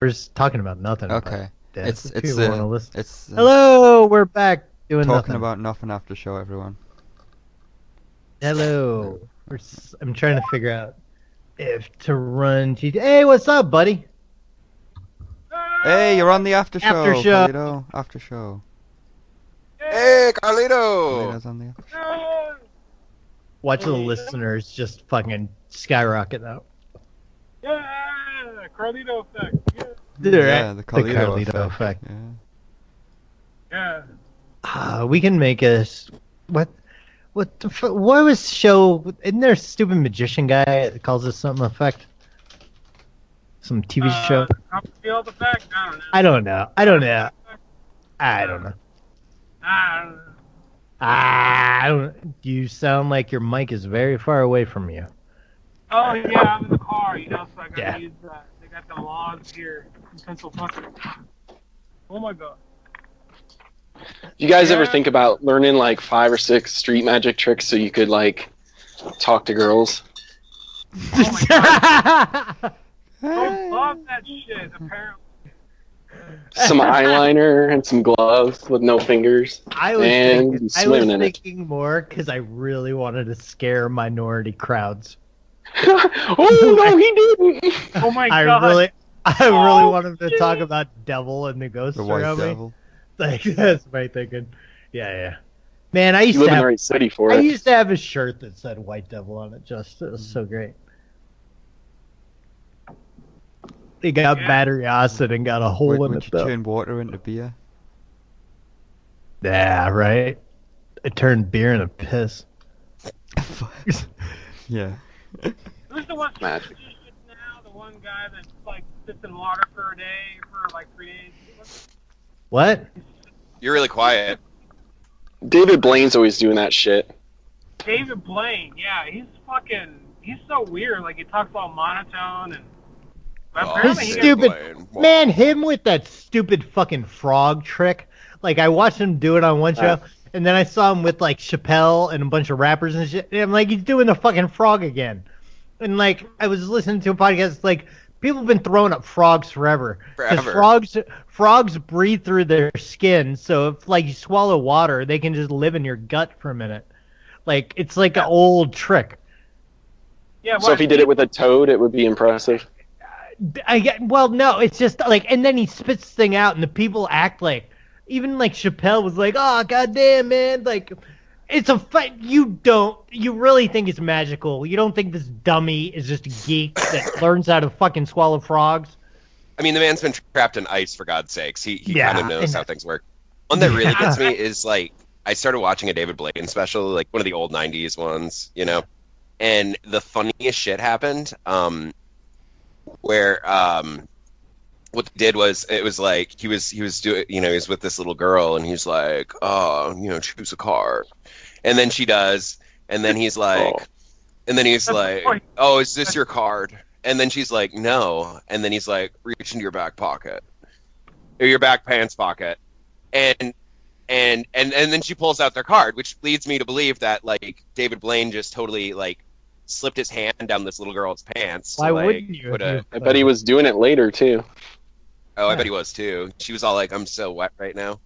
We're just talking about nothing. but Okay. death. It's People it's wanna uh, listen. it's uh, Hello, we're back doing talking nothing. about nothing after show everyone. Hello. We're s- I'm trying to figure out if to run GT. Hey, what's up, buddy? Hey, you're on the after show. After show. Carlito. After show. Hey, Carlito! Carlito's on the after show. Watch the listeners just fucking skyrocket up. Yeah, Carlito effect. Yeah, Yeah, the Carlito, effect. effect. Yeah. yeah. Ah, we can make a s- what? What the fu- What was show? Isn't there a stupid magician guy that calls this something effect? Some TV uh, show? I feel the fact. I don't know. I don't know. I don't know. I I don't know. don't know. Ah, I don't. You sound like your mic is very far away from you. Oh yeah, I'm in the car. You know, so I gotta Yeah. use. Uh, they got the logs here in Pennsylvania. Oh my god. You guys ever Yeah. think about learning like five or six street magic tricks so you could like talk to girls? Oh my I Hey. love that shit. Apparently, Some eyeliner and some gloves with no fingers. I was And thinking, I was swimming in it. thinking more because I really wanted to scare minority crowds. oh no, he didn't! Oh my I god. really, I really Oh, wanted to shit. talk about devil and the ghost The white around me. devil. Like that's my thinking. Yeah, yeah. Man, I used You live to in the have, right city for I it. used to have a shirt that said White Devil on it. Just it was so Mm. great. It got Yeah. battery acid and got a hole Would, in would it. you though. turn water into beer? Yeah, right. It turned beer into piss. yeah. Who's the one? Magic. Just now, the one guy that like sits in water for a day for like three days. What's- What? You're really quiet. David Blaine's always doing that shit. David Blaine, yeah, he's fucking, he's so weird. Like he talks all monotone and. But Oh, apparently, His he David got- stupid- Blaine. Man, him with that stupid fucking frog trick. Like I watched him do it on one show, and then I saw him with like Chappelle and a bunch of rappers and shit. And I'm like, he's doing the fucking frog again. And like I was listening to a podcast, like people have been throwing up frogs forever. 'Cause Forever. Frogs frogs breathe through their skin, so if like you swallow water, they can just live in your gut for a minute. Like it's like an old trick. yeah, So if he did it with a toad, it would be impressive. I get well, no, it's just like, and then he spits the thing out, and the people act like, even like Chappelle was like, "Oh, goddamn, man!" Like, it's a fight. You don't, you really think it's magical? You don't think this dummy is just a geek that learns how to fucking swallow frogs? I mean, the man's been trapped in ice for God's sakes. He he Yeah, kind of knows and- how things work. One that really Yeah. gets me is like I started watching a David Blaine special, like one of the old '90s ones, you know, and the funniest shit happened. Um, where um, what they did was it was like he was he was doing you know he was with this little girl and he's like oh you know choose a car, and then she does, and then he's like, Oh. and then he's That's the like, point. oh is this your card? And then she's like, no. And then he's like, reach into your back pocket, or your back pants pocket, and and and and then she pulls out their card, which leads me to believe that like David Blaine just totally like slipped his hand down this little girl's pants. to, Why like, wouldn't you? put if a- you- I bet he was doing it later too. oh, I Yeah. bet he was too. She was all like, "I'm so wet right now."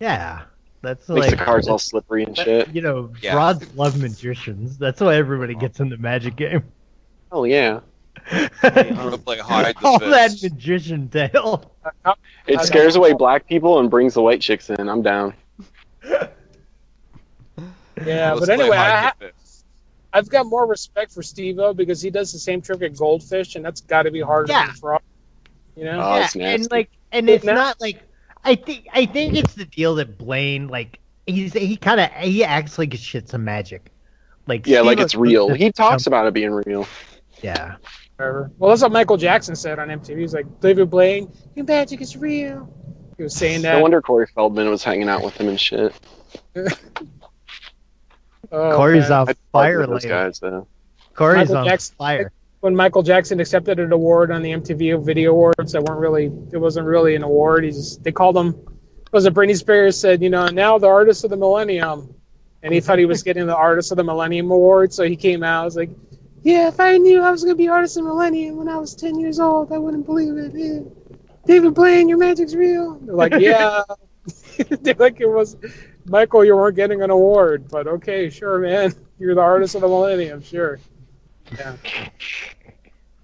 Yeah, that's Makes like the cars all slippery and shit. You know, Yeah. frauds love magicians. That's why everybody gets in the magic game. Oh yeah. I'm gonna Oh, play hide the All that fist. magician tale. It I scares know. away black people and brings the white chicks in. I'm down. yeah, Let's Uh, but play anyway, I, hide ha- the fist. I've got more respect for Steve O because he does the same trick at Goldfish, and that's got to be harder Yeah. than Frog. You know? Oh, it's nasty. and like, and It's it's not like I think I think it's the deal that Blaine like he's he kind of he acts like his shit's a magic, like Yeah, like Steve-O's it's real. just- He talks about it being real. yeah, Whatever. Well, that's what Michael Jackson said on MTV. He's like, David Blaine, your magic is real. He was saying that. No wonder Corey Feldman was hanging out with him and shit. Oh, Corey's man. on I'd fuck fire with those later. guys though. Corey's Michael on Jackson- fire. when Michael Jackson accepted an award on the MTV Video Awards that weren't really it wasn't really an award. He just they called him was it Britney Spears said, you know, now the artist of the millennium and he thought he was getting the artist of the millennium award, so he came out was like, Yeah, if I knew I was gonna be artist of the millennium when I was ten years old, I wouldn't believe it. Yeah. David Blaine, your magic's real. They're like, yeah. They're like it was, Michael, you weren't getting an award, but okay, sure, man. You're the artist of the millennium, sure. Yeah.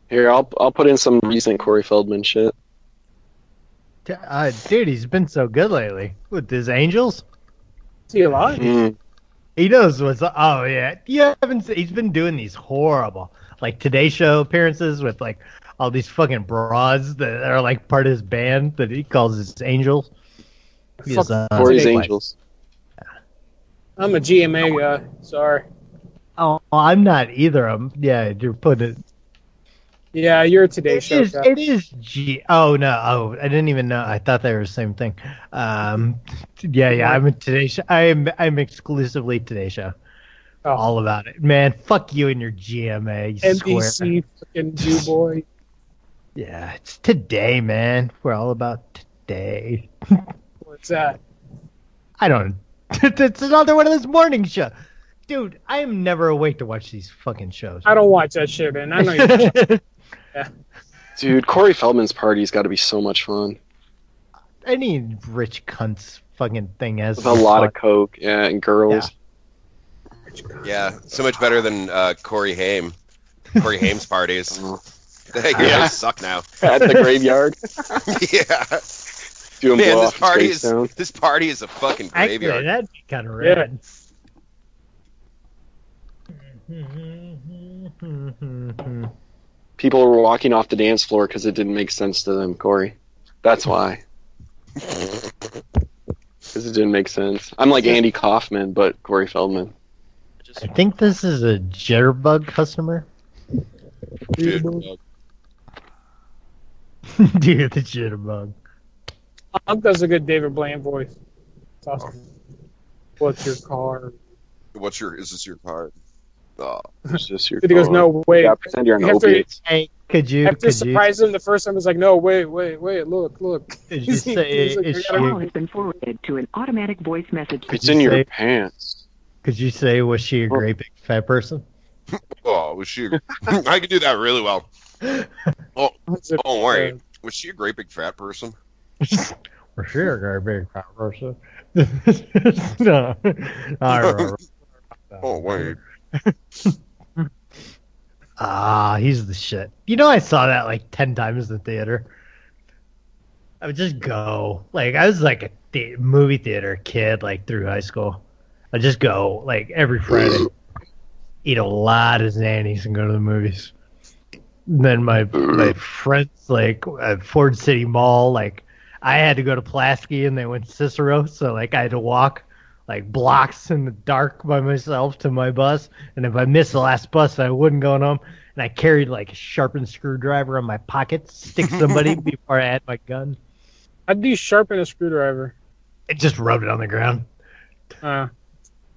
Here, I'll I'll put in some recent Corey Feldman shit. Uh, dude, he's been so good lately with his Angels. See a lot. Mm. He knows what's. Oh yeah, you haven't. seen- He's been doing these horrible, like Today Show appearances with like all these fucking broads that are like part of his band that he calls his Angels. He is, uh, Corey's like- Angels. I'm a GMA guy. Sorry. Oh, I'm not either of them. Yeah, you're putting it. Yeah, you're a Today It Show is, guy. it is G. Oh no. Oh, I didn't even know. I thought they were the same thing. Um, yeah, yeah. I'm a Today Show. I'm I'm exclusively Today Show. Oh, All about it, man. Fuck you and your GMA. You square. NBC fucking Jew boy. Yeah, it's today, man. We're all about today. What's that? I don't. it's another one of this morning show, dude. I am never awake to watch these fucking shows. I don't watch that shit, man. I know you. Dude, Corey Feldman's party's got to be so much fun. Any rich cunts fucking thing has With a lot of coke yeah, and girls. Yeah, so much better than uh, Corey Haim. Corey Haim's parties. That guy Oh. Yeah. suck now. At the graveyard, yeah, doing man, blow this off party party is this party is a fucking Actually, graveyard. that'd be kind of rad. People were walking off the dance floor because it didn't make sense to them, Corey. That's why. Because it didn't make sense. I'm like Andy Kaufman, but Corey Feldman. I think this is a Jitterbug customer. Dude, Dude, the Jitterbug. Hunk does a good David Blaine voice. It's awesome. What's your car? what's your? Is this your card? Oh, It's just your And he goes, phone. no, wait. Yeah, pretend you're on You have to- opiates. Hey, could you? After Could you, surprised him the first time, he's like, no, wait, wait, wait, look, look. could you say He's like, it's "I gotta you? call has been forwarded to an automatic voice message. It's in your Say- pants. Could you say was she a great big fat person? oh, was she? I could do that really well. Oh, It's a- Don't worry. Was she a great big fat person? Was she a great big fat person? no. Alright. Oh wait, Ah, he's the shit. You know, I saw that like ten times in the theater. I would just go. Like I was like a th- movie theater kid, like through high school. I would just go like every Friday, eat a lot of Xannies and go to the movies. And then my my friends like at Ford City Mall, like I had to go to Plasky and they went to Cicero, so like I had to walk like blocks in the dark by myself to my bus. And if I missed the last bus, I wouldn't go home. And I carried like a sharpened screwdriver in my pocket, to stick somebody before I had my gun. How do you sharpen a screwdriver? It just rubbed it on the ground. Uh,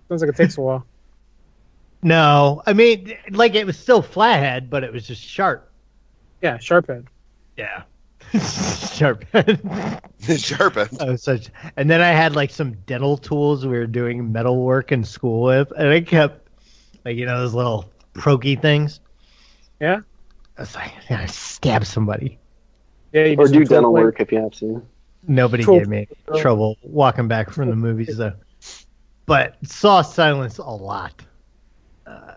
sounds like it takes a while. No, I mean, like it was still flathead, but it was just sharp. Yeah, sharp end. Yeah. sharp. Sharpen. I was such, and then I had like some dental tools we were doing metal work in school with, and I kept like you know those little prokey things. Yeah. I was like, I'm gonna stab somebody. Yeah, you Or some do tool dental plate. work if you have to. Nobody Cool. gave me trouble walking back from the movies though, but saw Silence a lot. Uh,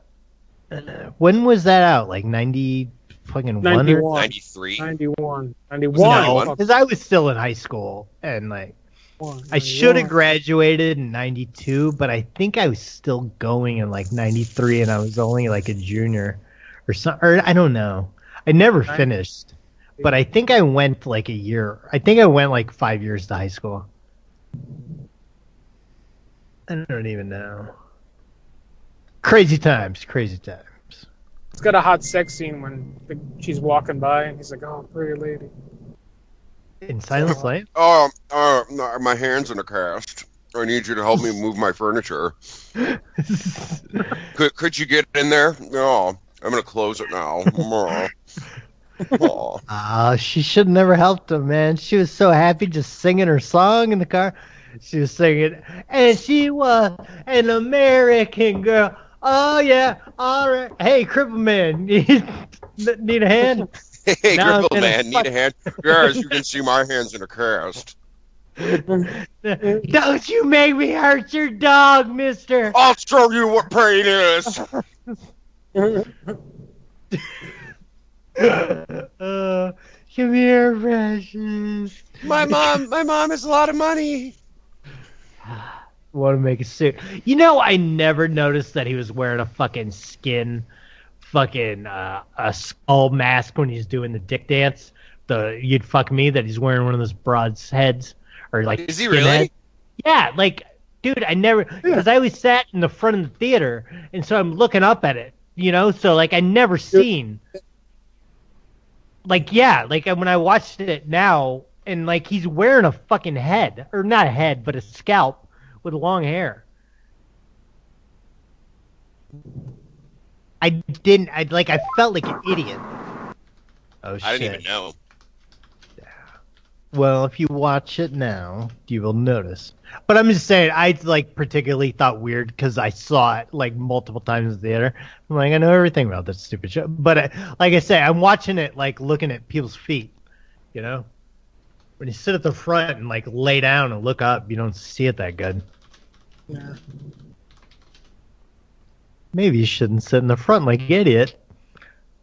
uh, when was that out? Like ninety fucking one or 91. Ninety three. 91. no? 91. Fuck, Because I was still in high school and like. one, I should 91. have graduated in 92, but I think I was still going in like 93 and I was only like a junior or something. Or I don't know. I never Right. finished, but I think I went like a year. I think I went like five years to high school. I don't even know. Crazy times, crazy times. It's got a hot sex scene when the, she's walking by and he's like, oh, pretty lady. In Silence Lane? Oh, uh, no, my hands in a cast. I need you to help me move my furniture. Could could you get in there? No, I'm gonna close it now. Aw. Aw. Ah, she should have never helped him, man. She was so happy just singing her song in the car. She was singing, and she was an American girl. Oh yeah, all right. Hey, cripple man, need need a hand? Hey, Now I'm crippled gonna man, fuck- need a hand? Yes, you can see my hands in a cast. Don't you make me hurt your dog, mister. I'll show you what pain is. Uh, come here, precious. My mom, my mom has a lot of money. Want to make a suit. You know, I never noticed that he was wearing a fucking skin, fucking uh, a skull mask when he's doing the dick dance. The you'd fuck me that he's wearing one of those broads heads or like. Is he skinhead. really? Yeah, like, dude, I never because I always sat in the front of the theater, and so I'm looking up at it, you know. So like, I never seen. Like yeah, like when I watched it now, and like he's wearing a fucking head, or not a head, but a scalp with long hair. I didn't. I like. I felt like an idiot. Oh shit! I didn't even know. Well, if you watch it now, you will notice. But I'm just saying, I like particularly thought weird because I saw it like multiple times in the theater. I'm like, I know everything about this stupid show. But uh, like I say, I'm watching it like looking at people's feet. You know, when you sit at the front and like lay down and look up, you don't see it that good. Yeah. Maybe you shouldn't sit in the front like an idiot.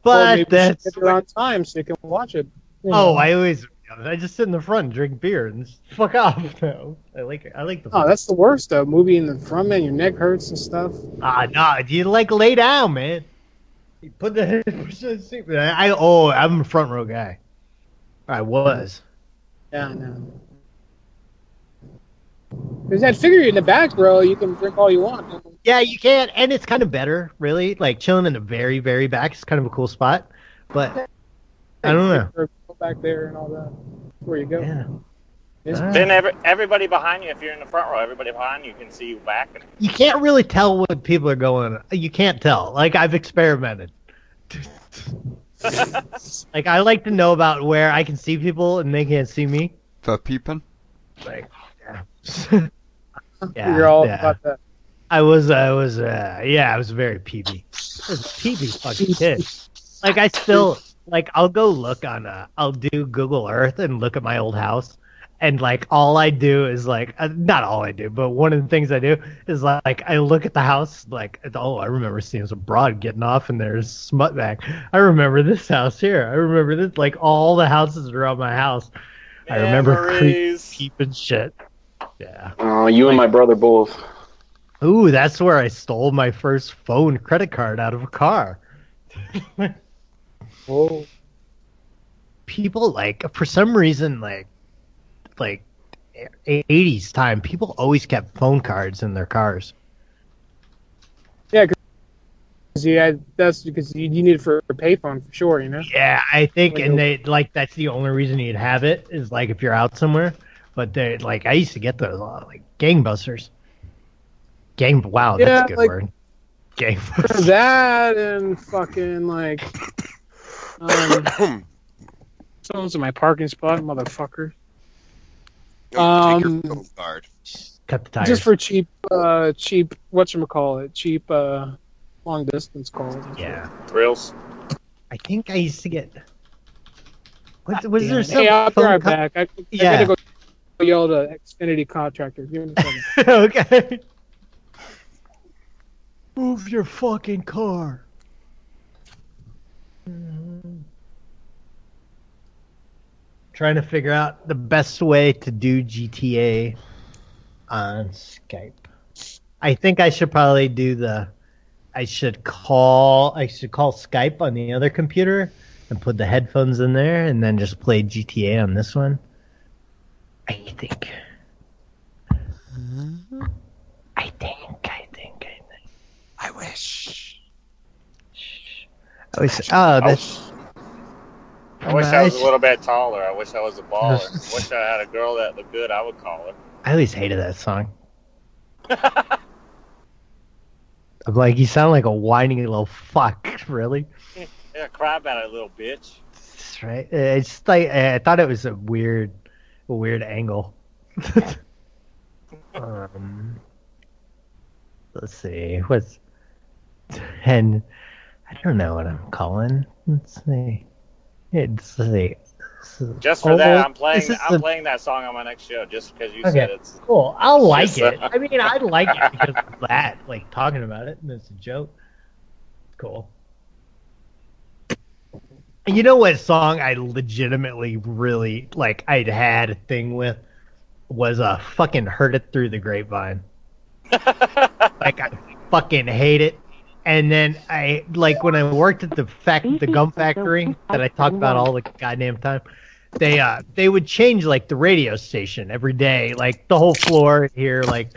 Well, But maybe you should that's get it on time so you can watch it. you oh, know. I always I just sit in the front and drink beer and just fuck off. No, I like I like the. Oh, that's the worst though. Movie in the front, man, your neck hurts and stuff. Ah, nah, you like lay down, man. You put the push the seat. I I- oh, I'm a front row guy. I was. Yeah, I know. Because that figure in the back row, you can drink all you want. Yeah, you can, and it's kind of better, really. Like chilling in the very, very back is kind of a cool spot, but I don't know. Or go back there and all that. Where you go? Yeah. It's- Ah. Then every, everybody behind you, if you're in the front row, everybody behind you can see you back. You can't really tell what people are going. You can't tell. Like I've experimented. like I like to know about where I can see people and they can't see me. For peeping. Like, yeah. yeah, You're all yeah. about that. I was, I was, uh, yeah, I was very peepy. I was a peepy fucking kid. Like I still, like I'll go look on, uh, I'll do Google Earth and look at my old house, and like all I do is like, uh, not all I do, but one of the things I do is like I look at the house, like oh, I remember seeing some broad getting off and there's smut back. I remember this house here. I remember this, like all the houses around my house. I remember creep, Memories. peeping shit. Yeah. Oh, you and my brother both. Ooh, that's where I stole my first phone credit card out of a car. Whoa. People like for some reason like like 80s time people always kept phone cards in their cars. Because you had that's because you, you need it for a payphone for sure, you know. Yeah, I think and they like that's the only reason you'd have it is like if you're out somewhere, but they like I used to get those a lot like gangbusters. Gang wow, Oh, that's Yeah, a good like- word. Gang That and fucking like um, someone's in my parking spot, motherfucker. Don't Um, take your phone card. cut the tires. Just for cheap, uh, cheap. What call it? Cheap, uh, long distance calls. yeah. Thrills. I think I used to get was, was there some Hey, I'll be phone right co- back. I, Yeah. I gotta go yell to Xfinity contractor. Give me a second. okay. Move your fucking car. Trying to figure out the best way to do GTA on Skype. I think I should probably do the. I should call. I should call Skype on the other computer and put the headphones in there, and then just play GTA on this one. I think. I think, I think, I think. I wish. I was, oh, that's. I wish I was a little bit taller. I wish I was a baller. I wish I had a girl that looked good. I would call her. I always hated that song. I'm like, you sound like a whining little fuck, really? Yeah, cry about it, little bitch. That's right. Uh, It's like uh, I thought it was a weird, a weird angle. um, let's see. What's and I don't know what I'm calling. Let's see. It's like, Just for Oh, that, I'm playing. this is I'm the- playing that song on my next show just because you Okay. said it's. cool. I'll like Yes, it. uh, I mean, I like it because of that, like talking about it, and it's a joke. Cool. And You know what song I legitimately really like? I'd had a thing with was uh, fucking "Heard It Through the Grapevine." like I fucking hate it. And then I like when I worked at the fact the gum factory that I talk about all the goddamn time. They uh they would change like the radio station every day, like the whole floor here, like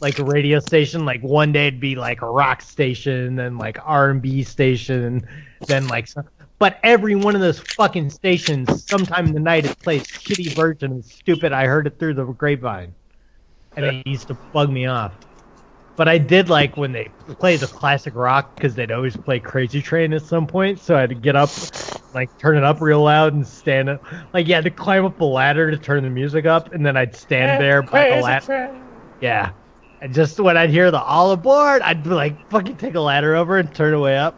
like a radio station. Like one day it'd be like a rock station, then like R and B station, then like. Some, but every one of those fucking stations, sometime in the night, it plays shitty version of stupid. I heard it through the grapevine, and it used to bug me off. But I did like when they play the classic rock because they'd always play Crazy Train at some point. So I'd get up, like turn it up real loud and stand up. Like you had to climb up a ladder to turn the music up, and then I'd stand there by the Crazy ladder. train. Yeah. And just when I'd hear the all aboard, I'd be like, fucking take a ladder over and turn away up.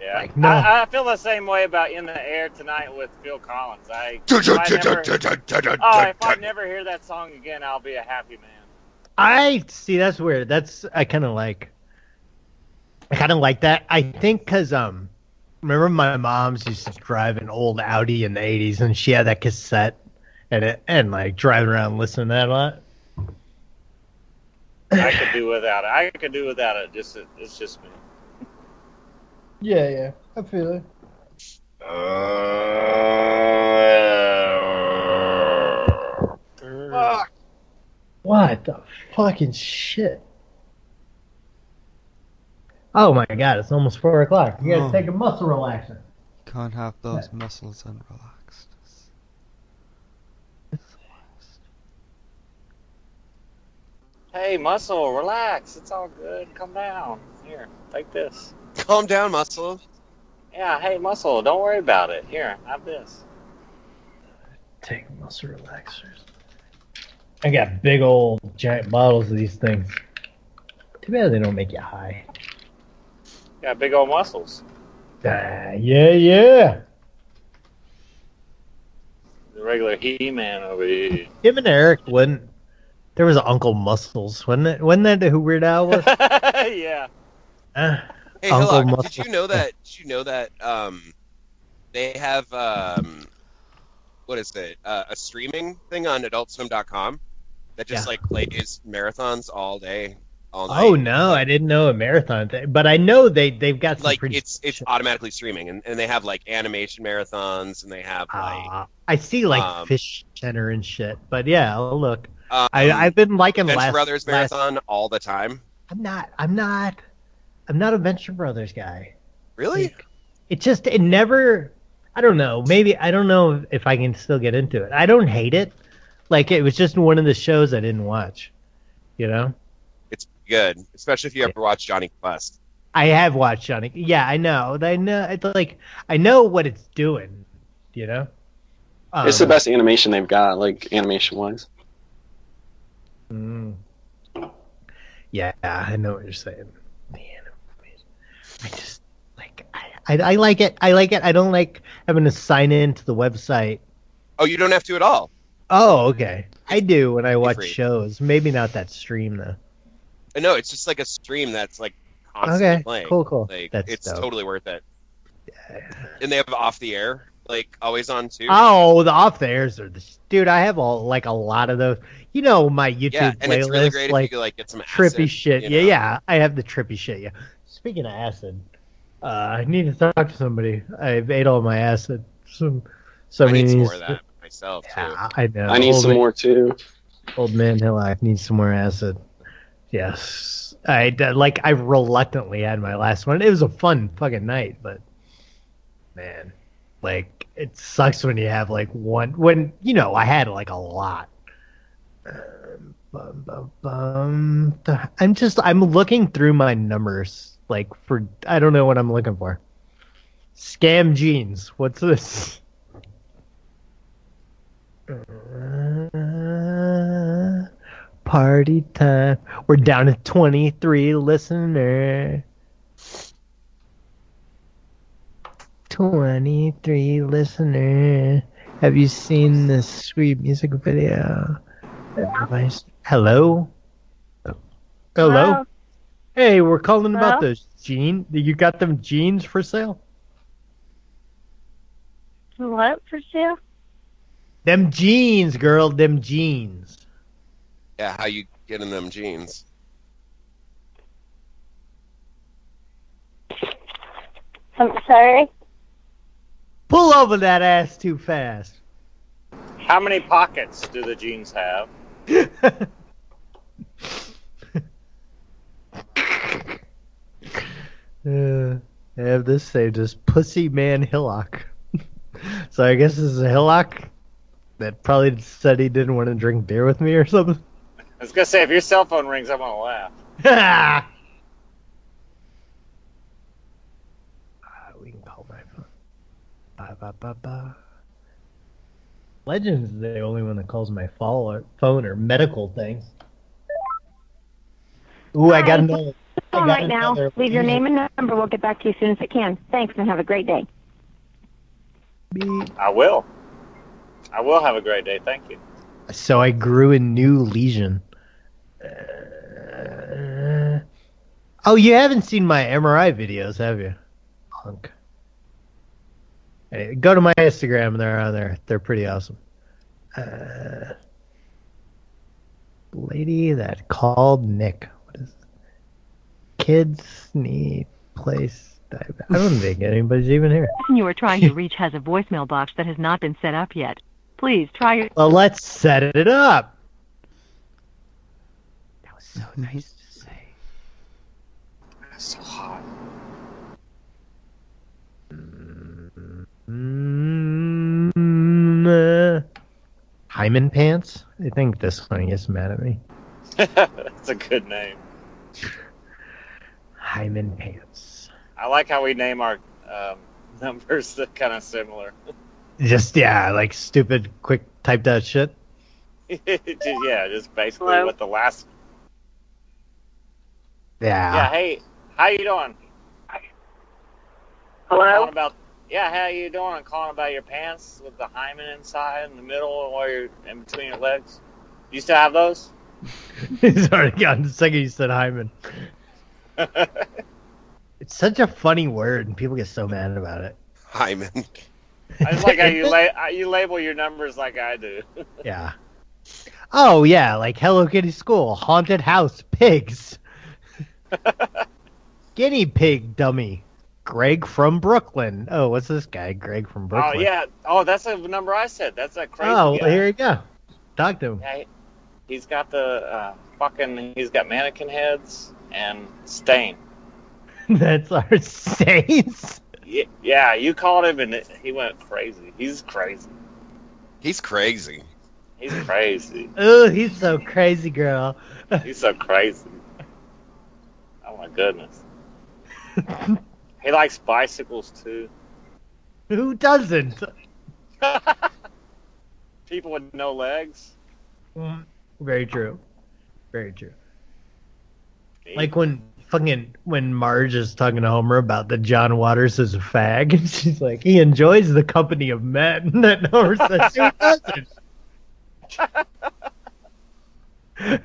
Yeah, Like, no. I, I feel the same way about "In the Air Tonight" with Phil Collins. I, if I never, oh, if I never hear that song again, I'll be a happy man. I see. That's weird. That's I kind of like. I kind of like that. I think because um, remember my mom's used to drive an old Audi in the '80s, and she had that cassette, and it and like driving around listening to that a lot. I could do without it. I could do without it. Just it, it's just me. Yeah, yeah. I feel it. Fuck. What the fucking shit? Oh my god! It's almost four o'clock. You gotta Oh. take a muscle relaxer. Can't have those muscles unrelaxed. Hey, muscle, relax. It's all good. Come down. Here, take this. Calm down, muscle. Yeah, hey, muscle, don't worry about it. Here, have this. Take muscle relaxers. I got big old giant bottles of these things. Too bad they don't make you high. Got big old muscles. Ah, yeah, yeah. The regular He-Man over here. Him and Eric wouldn't. There was Uncle Muscles, wasn't it? Wasn't that who Weird Al was? yeah. Eh, Hey, Uncle Hillock, Muscle. did you know that? Did you know that? Um, they have um, what is it? Uh, a streaming thing on AdultSwim.com that just Yeah. like plays marathons all day, all night. oh no, I didn't know a marathon thing, but I know they they've got some Like pretty. it's it's automatically streaming, and, and they have like animation marathons, and they have like Ah, I see like um, Fish Center and shit, but yeah, I'll look. um, I I've been liking Venture last, Brothers last- marathon all the time. I'm not. I'm not. I'm not a Venture Brothers guy. Really? it just it never i don't know maybe i don't know if i can still get into it i don't hate it like it was just one of the shows i didn't watch you know It's good, especially if you ever watch Johnny Quest. i have watched johnny yeah i know i know it's like i know what it's doing you know um, It's the best animation they've got, like animation wise. mm. yeah i know what you're saying Man, i just like I, I, I like it i like it i don't like having to sign in to the website Oh, you don't have to at all. Oh, okay. I do when I watch free. shows. Maybe not that stream though. Uh, No, it's just like a stream that's like constantly Okay, playing. cool, cool. Like That's it's dope. totally worth it. And they have off the air, like always on too. Oh, the off the airs are the dude. I have all like a lot of those. You know my YouTube yeah, and playlist, it's really great like if you could, like get some trippy acid, shit. you Yeah, know? yeah. I have the trippy shit. Yeah. Speaking of acid, uh, I need to talk to somebody. I've ate all my acid. Some, I somebody need some needs more of that myself too. Yeah, I know. I need Old some man- more too. Old man Hillock needs some more acid. Yes. I d- like I reluctantly had my last one. It was a fun fucking night, but man, like it sucks when you have like one when you know I had like a lot. Um, bum, bum, bum. Th- I'm just I'm looking through my numbers like for I don't know what I'm looking for. Scam jeans. What's this? Uh, party time. We're down to 23 listener. 23 listener. Have you seen this sweet music video? Everybody's- Hello? Hello? Hey, we're calling about Hello? those jeans. You got them jeans for sale? What for sale? Them jeans, girl. Them jeans. Yeah, how you getting them jeans? I'm sorry. Pull over that ass too fast. How many pockets do the jeans have? Uh, I have this saved as Pussy Man Hillock. so I guess this is a Hillock that probably said he didn't want to drink beer with me or something. I was gonna say if your cell phone rings, I'm gonna laugh. Ah, we can call my phone. Ba, ba, ba, ba. Legends is the only one that calls my follow- phone or medical things. Ooh, I got Hi. another. I Phone got right now. another Leave your name and number. We'll get back to you as soon as I can. Thanks and have a great day. beep. I will. I will have a great day. Thank you. So I grew a new lesion. Uh, oh, you haven't seen my MRI videos, have you? Punk. Hey, go to my Instagram; they're on there. They're pretty awesome. Uh, lady that called Nick. What is? Kids need place. I don't think anybody's even here. person you are trying to reach has a voicemail box that has not been set up yet. Please try your Well, let's set it up. That was so nice to say. It's so hot. Mm, uh, Hyman pants. I think this one gets mad at me. That's a good name. Hyman pants. I like how we name our um, numbers that kind of similar. Just yeah, like stupid, quick typed out shit. Just- yeah, just basically Hello? what the last. Yeah. Yeah. Hey, how you doing? Calling about. Yeah, how you doing? I'm calling about your pants with the hymen inside in the middle and where you're in between your legs. You still have those? He's already gotten the second you said Hyman. It's such a funny word, and people get so mad about it. Hyman. I just like how you la- how you label your numbers like I do. Yeah. Oh yeah, like Hello Kitty school, haunted house, pigs, guinea pig dummy, Greg from Brooklyn. Oh, what's this guy? Greg from Oh Brooklyn. yeah. Oh, that's the number I said. That's a crazy. Oh, well, guy. here you go. Talk to him. Yeah, he- he's got the uh, fucking. He's got mannequin heads and stain. That's our saints. Ye- Yeah, you called him and it- he went crazy. He's crazy. He's crazy. He's crazy. Oh, he's so crazy, girl. He's so crazy. Oh my goodness. He likes bicycles too. Who doesn't? People with no legs. Mm, Very true. Very true. He- Like when fucking when Marge is talking to Homer about that John Waters is a fag, and she's like, he enjoys the company of men. And then Homer says, who doesn't? who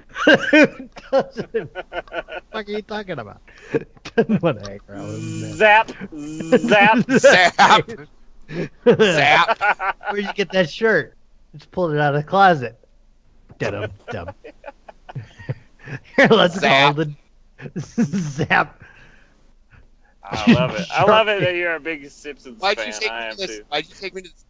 doesn't? What the fuck are you talking about? doesn't want to hang around with zap, zap. men. Zap. Where'd Zap. you get that shirt? Just pulled it out of the closet. Dum dum. Here, let's Zap. call the zap. I love it. I love it that you're a big Simpsons Why'd fan. you take I me am to this? too. Why'd you take me to this?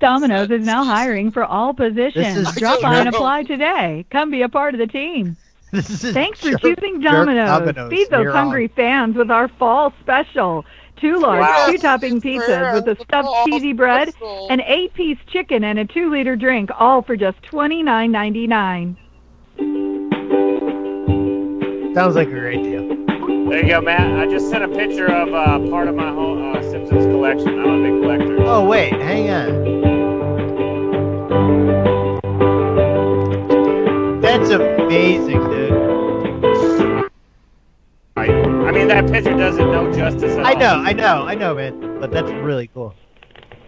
Domino's is now hiring for all positions. This is Drop true. by and apply today. Come be a part of the team. This is Thanks for jerk- choosing jerk Domino's. Domino's. Feed those You're hungry fans with our fall special. Two large Wow. two-topping pizzas with a stuffed cheesy bread, an eight-piece chicken, and a two-liter drink, all for just twenty-nine ninety-nine. on. Sounds like a great deal. There you go, Matt. I just sent a picture of uh, part of my whole uh, Simpsons collection. I'm a big collector. Oh wait, hang on. That's amazing, dude. I, I mean, that picture does it no justice at I all. know, I know, I know, man. but that's really cool.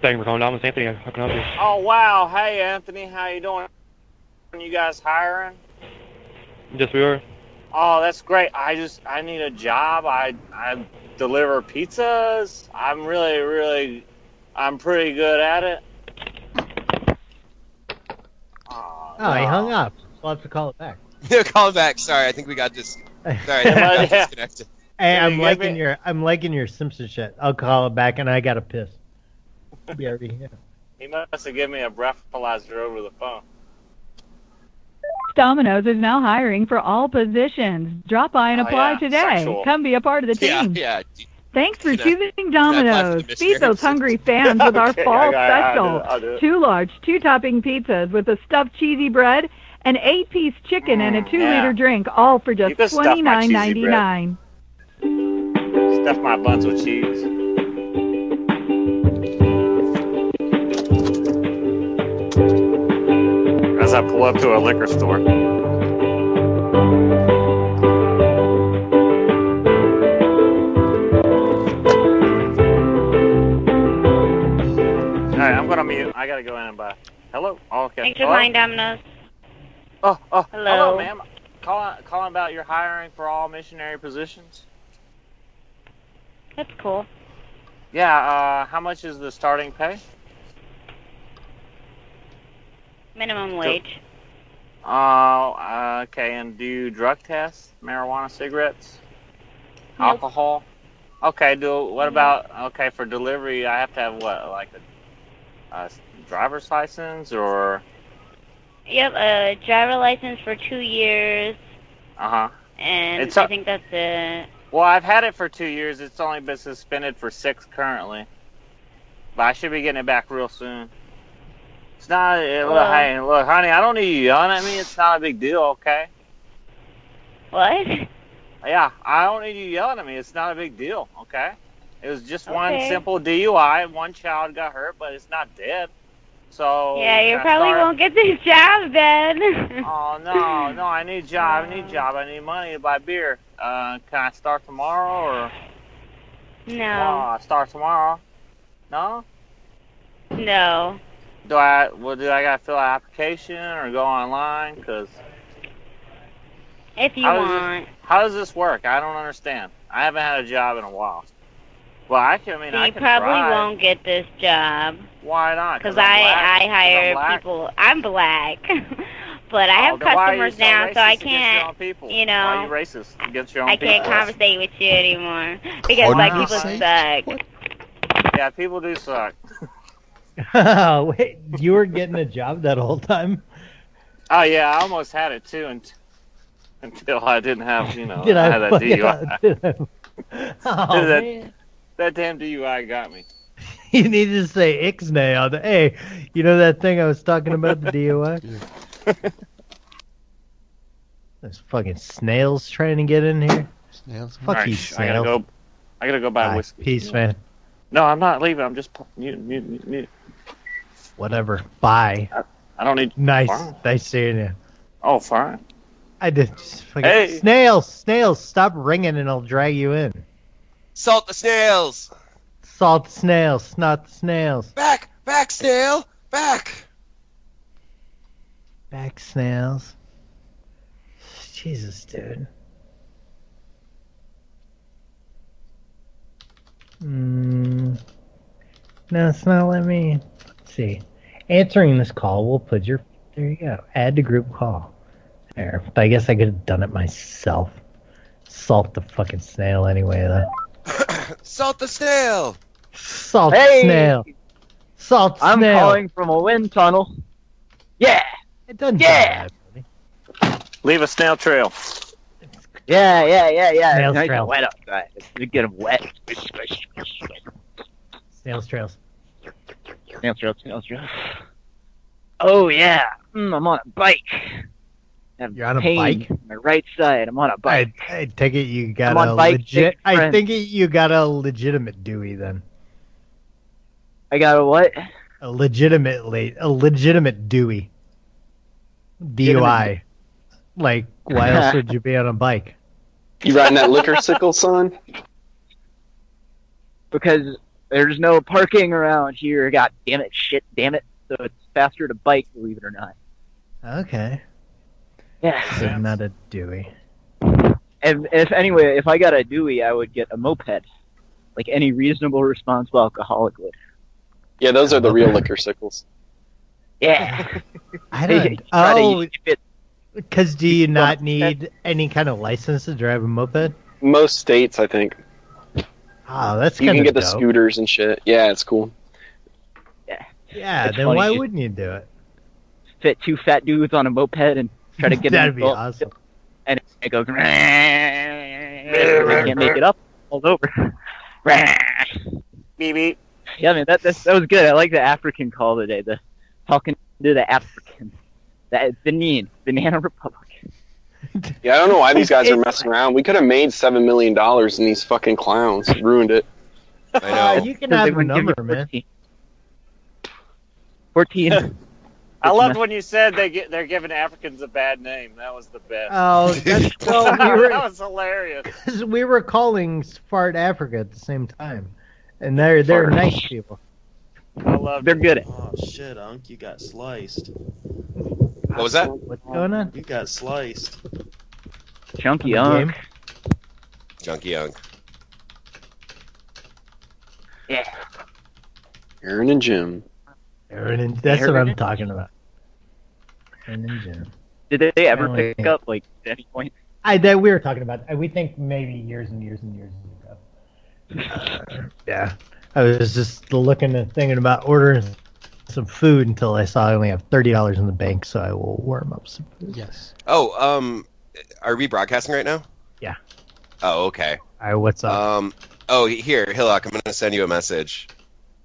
Thank you for calling Dom's Anthony. How can I help you? Oh wow! Hey Anthony, how you doing? You guys hiring? Yes, we are. Oh, that's great. I just I need a job. I I deliver pizzas. I'm really really I'm pretty good at it. Oh, he hung up. We'll have to call it back. No, call it back. Sorry, I think we got dis. Sorry, I Yeah. got disconnected. Hey, Can I'm you give liking me- your I'm liking your Simpson shit. I'll call it back, and I got to piss. Be already here. He must have given me a breathalyzer over the phone. Domino's is now hiring for all positions. Drop by and Oh, apply yeah. today. Sexual. Come be a part of the Yeah, team. yeah. Thanks for Can I- choosing apply for Domino's. the Feed those hungry fans with our Okay, fall I- I- I'll special. do it, I'll do it. Two large, two topping pizzas with a stuffed cheesy bread, an eight piece chicken, and a two Mm, yeah. liter drink, all for You just can stuff my cheesy twenty bread. nine ninety nine. Stuff my buns with cheese. As I pull up to a liquor store. Alright, I'm gonna mute. I gotta go in and buy. Hello? Oh, okay. Thanks for Hello? calling Domino's. Oh, oh, Hello. hello, ma'am. Calling, calling about your hiring for all missionary positions. That's cool. Yeah. Uh, how much is the starting pay? Minimum wage. Uh, uh, okay. And do you drug tests, marijuana, cigarettes, Nope. alcohol? Okay. Do what about okay for delivery? I have to have what, like a, a driver's license or Yep, a driver license for two years, uh Uh-huh. huh. and It's I a- think that's it. Well, I've had it for two years. It's only been suspended for six currently, but I should be getting it back real soon. It's not. eh, Look, Well- hey, look, honey. I don't need you yelling at me. It's not a big deal, okay? What? Yeah, I don't need you yelling at me. It's not a big deal, okay? It was just one Okay. simple DUI. One child got hurt, but it's not dead. So yeah, you I probably started- won't get this job then. Oh no, no! I need a job. I need a job. I need money to buy beer. Uh, can I start tomorrow or? no, Oh, I start tomorrow. No. no. Do I? Well, do I gotta fill out application or go online? Cause If you How does this- want, how does this work? I don't understand. I haven't had a job in a while. Well, I can. I mean, I you can probably try. won't get this job Why not? because I'm I black. I 'Cause I'm hire black. people. I'm black, but I Oh, have then why are you customers now, so racist I against Your own can't. people? you know, Why are you racist against your own I can't people? conversate with you anymore because What black did you people say? suck. Yeah, people do suck. Wait, you were getting a job that whole time? Oh yeah, I almost had it too, and, until I didn't have you know Did I I had that fuck it DUI. up? Did I- Oh, Dude, that- man. That damn DUI got me. You needed to say Ixnay on the hey, you know that thing I was talking about the DUI? Those fucking snails trying to get in here. Snails. Fuck Alright, you, sh- I gotta snail. go. I gotta go buy Bye. whiskey. Peace, man. No, I'm not leaving. I'm just pu- mute, mute, mute, mute. Whatever. Bye. I don't need. Nice. Fine. Nice seeing you. Oh, fine. I did. Just fucking, Hey. Snails, snails, stop ringing and I'll drag you in. Salt the snails. Salt snails, snot snails, Back, back, snail, back. back snails. Jesus, dude. Mm. No, it's not letting me. Let's see. Answering this call will put your. There you go. Add to group call. There. But I guess I could have done it myself. Salt the fucking snail anyway, though. Salt the snail. Salt Hey! snail. Salt I'm snail. calling from a wind tunnel. Yeah. It doesn't. Yeah. Leave a snail trail. Yeah, yeah, yeah, yeah. Snail's Nice trail. and wet outside. You get 'em wet. Snails trails. Snail trail, snail trail. Oh yeah. Mm, I'm on a bike. Have You're on a pain bike? in My right side. I'm on a bike. I, I take it you got I'm on a bike, legit. big I friend. think it, you got a legitimate Dewey then. I got a what? A legitimate late. A legitimate Dewey. DUI. Like, why else would you be on a bike? You riding that liquor sickle, son? Because There's no parking around here. God damn it, shit, damn it. So it's faster to bike, believe it or not. Okay. Yeah. So not a Dewey. And if anyway, if I got a Dewey, I would get a moped, like any reasonable, responsible alcoholic would. Yeah, those are the real liquor sickles. Yeah. I They don't. try to Oh, keep it- because do you not need any kind of license to drive a moped? Most states, I think. Oh, that's you kind can get of the dope. scooters and shit. Yeah, it's cool. Yeah, That's Ah, then funny. why You wouldn't you do it? fit two fat dudes on a moped and try to get That'd be them awesome. And it goes. I can't make it up. All over. Beep beep. Yeah, man, that, that that was good. I like the African call today. The talking to the African, that Benin, Banana Republic. Yeah, I don't know why these guys are messing around. We could have made seven million dollars, and these fucking clowns ruined it. I know. Uh, you can have a number, man. Fourteen. I loved when you said they get, they're giving Africans a bad name. That was the best. Oh, that's so weird. that was hilarious. 'Cause we were calling Fart Africa at the same time, and they're they're Fart. nice people. I love. They're good. Oh shit, Unc, you got sliced. What was that? What's going on? You got sliced. Chunky On the Unk. Junkie Unk. Yeah. Aaron and Jim. Aaron and that's what I'm Aaron? talking about. Aaron and Jim. Did they ever No, I pick think- up like at any point? I that we were talking about. We think maybe years and years and years ago. Yeah, I was just looking and thinking about ordering some food until I saw I only have thirty dollars in the bank, so I will warm up some food. Yes. Oh, um, are we broadcasting right now? Yeah. Oh, okay. All right, what's up? Um, oh, here, Hillock, I'm going to send you a message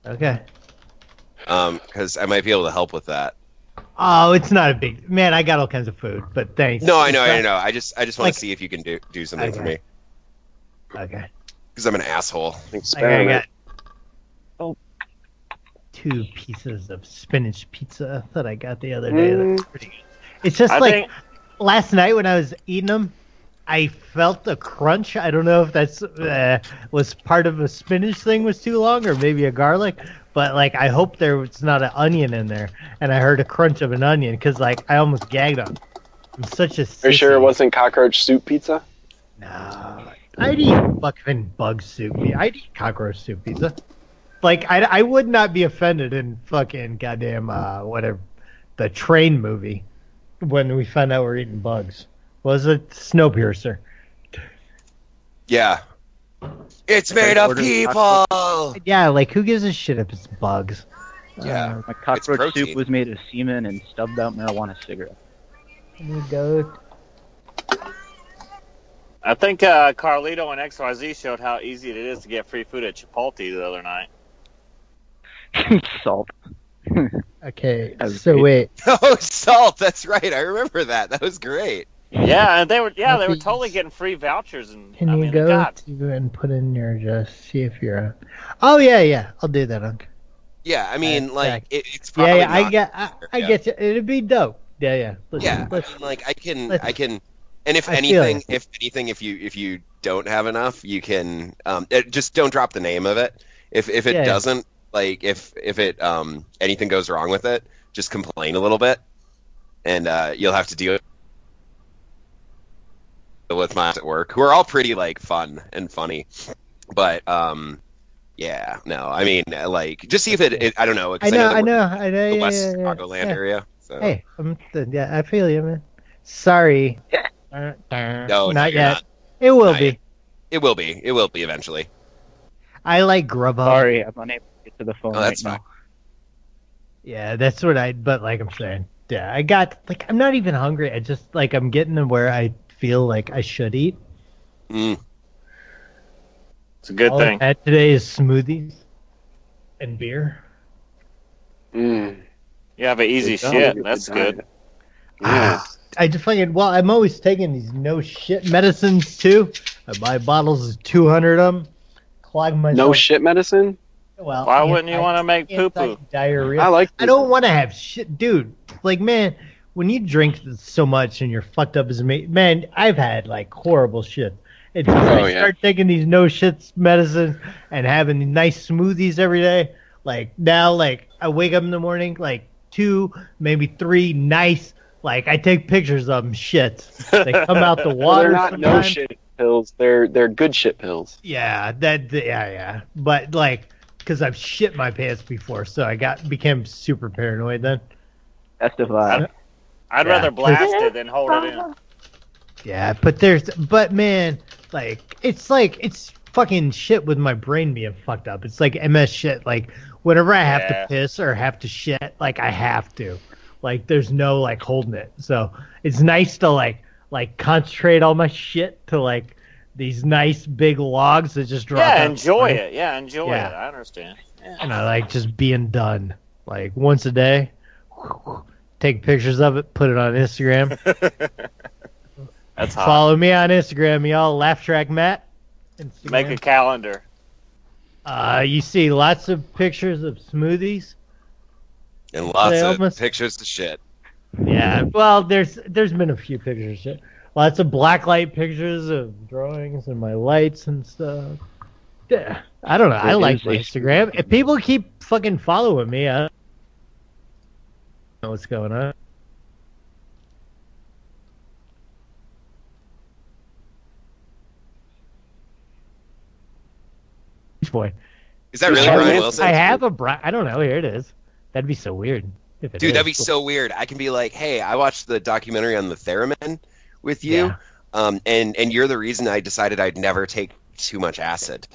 okay. because I might be able to help with that. Oh, it's not a big man. I got all kinds of food, but thanks. No, I know, It's I not- know. I just, I just want Like- to see if you can do do something for me Okay. Okay. because I'm an asshole. Like, I got two pieces of spinach pizza that I got the other day. Mm. That's pretty good. It's just I like think- last night when I was eating them, I felt a crunch. I don't know if that's uh, was part of a spinach thing was too long or maybe a garlic, but like I hope there was not an onion in there. And I heard a crunch of an onion because like I almost gagged on. I'm such a Are you sissy. sure it wasn't cockroach soup pizza? I'd eat fucking bug soup. pi- I'd eat cockroach soup pizza. Like I, I would not be offended in fucking goddamn uh whatever the train movie when we found out we're eating bugs. Was it Snowpiercer? Yeah. It's made of people. Yeah, like who gives a shit if it's bugs? Yeah. my cockroach soup was made of semen and stubbed out marijuana cigarette. You go. I think uh, Carlito and XYZ showed how easy it is to get free food at Chipotle the other night. Salt. Okay, That was so great. wait. Oh, salt. That's right. I remember that. That was great. Yeah, and they were yeah they were Happy- totally getting free vouchers and Can I you mean go God, to and put in your address, see if you're on? Oh yeah, yeah, I'll do that, Unc. Yeah, I mean, like it, it's Uh, Yeah, probably yeah, I not- get, I, I yeah. get you. It'd be dope. Yeah, yeah. Let's- Yeah, I let's- mean, like I can, let's- I can, and if I feel anything, it. if anything, if you if you don't have enough, you can um, it, just don't drop the name of it. If if it Yeah. doesn't, like if if it um anything goes wrong with it, just complain a little bit, and uh, you'll have to deal with my at work, who are all pretty like fun and funny, but um. Yeah, no, I mean, uh, like, just see if it, it I don't know. 'cause I know, that I we're know, I know. in yeah, The West yeah, yeah, Chicagoland yeah. area. So. Hey, I'm, yeah, I feel you, man. Sorry. no, No, not no, yet. you're not. It will Not be. yet. It will be. It will be eventually. I like Grubhub. Sorry, I'm unable to get to the phone Oh, right that's now. Yeah, that's what I. But like I'm saying, yeah, I got like I'm not even hungry. I just like I'm getting to where I feel like I should eat. Mm. It's a good All thing. I had today is smoothies Oh, and beer. Mm. You have an easy Good job. shit. That's good. I just fucking well, I'm always taking these no shit medicines too. I buy bottles of 200 of them. Clog myself. No shit medicine. Well, Why wouldn't you anti- want to make poo poo? Diarrhea. I like I don't want to have shit, dude. Like, man, when you drink so much and you're fucked up as a ma- man, I've had like horrible shit, It's like, Oh, yeah. start taking these no shits medicines and having nice smoothies every day. Like now, like I wake up in the morning, like two, maybe three nice. Like I take pictures of them. Shit, they come out the water. They're not no sometimes. shit pills. They're they're good shit pills. Yeah, that yeah yeah. But like, because I've shit my pants before, so I got became super paranoid then. That's the vibe. I'd Yeah. rather blast it than hold it in. Yeah, but there's but man, like it's like it's fucking shit with my brain being fucked up. It's like MS shit. Like whenever I have Yeah. to piss or have to shit, like I have to. Like there's no like holding it. So it's nice to like like concentrate all my shit to like these nice big logs that just drop. Yeah, out. enjoy it. Yeah, enjoy Yeah. it. I understand. Yeah. And uh, I like just being done. Like once a day, take pictures of it, put it on Instagram. That's hot. Follow me on Instagram, y'all. Laugh track Matt. Make a calendar. Uh, you see lots of pictures of smoothies. And lots They of almost- pictures to shit. Yeah. Well, there's there's been a few pictures. yeah. Lots of black light pictures of drawings and my lights and stuff. Yeah. I don't know. I There like is my a- Instagram. If people keep fucking following me, I don't know what's going on. Beach Boy. Is that really I Brian have- Wilson? I have a Brian. I don't know. Here it is. That'd be so weird. If it Dude, that'd be is. so weird. I can be like, hey, I watched the documentary on the theremin with you, um, and and you're the reason I decided I'd never take too much acid.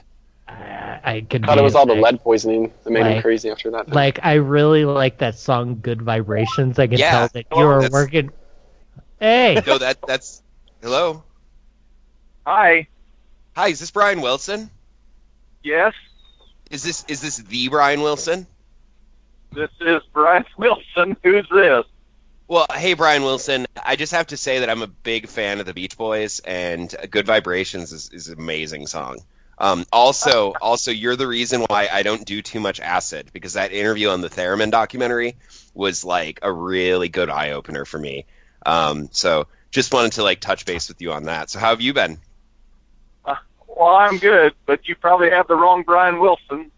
I could thought it be was all the like- lead poisoning that made Like- him crazy after that. Like I really like that song "Good Vibrations." I can Yeah, tell that no, you are that's- working. Hey, No, that that's hello. Hi. Hi, is this Brian Wilson? Yes, Is this is this the Brian Wilson? this is Brian Wilson. Who's this? Well, hey Brian Wilson, I just have to say that I'm a big fan of the Beach Boys, and "Good Vibrations" is, is an amazing song. Um, also, also, you're the reason why I don't do too much acid because that interview on the Theremin documentary was like a really good eye opener for me. Um, so, just wanted to like touch base with you on that. So, how have you been? Well, I'm good, but you probably have the wrong Brian Wilson.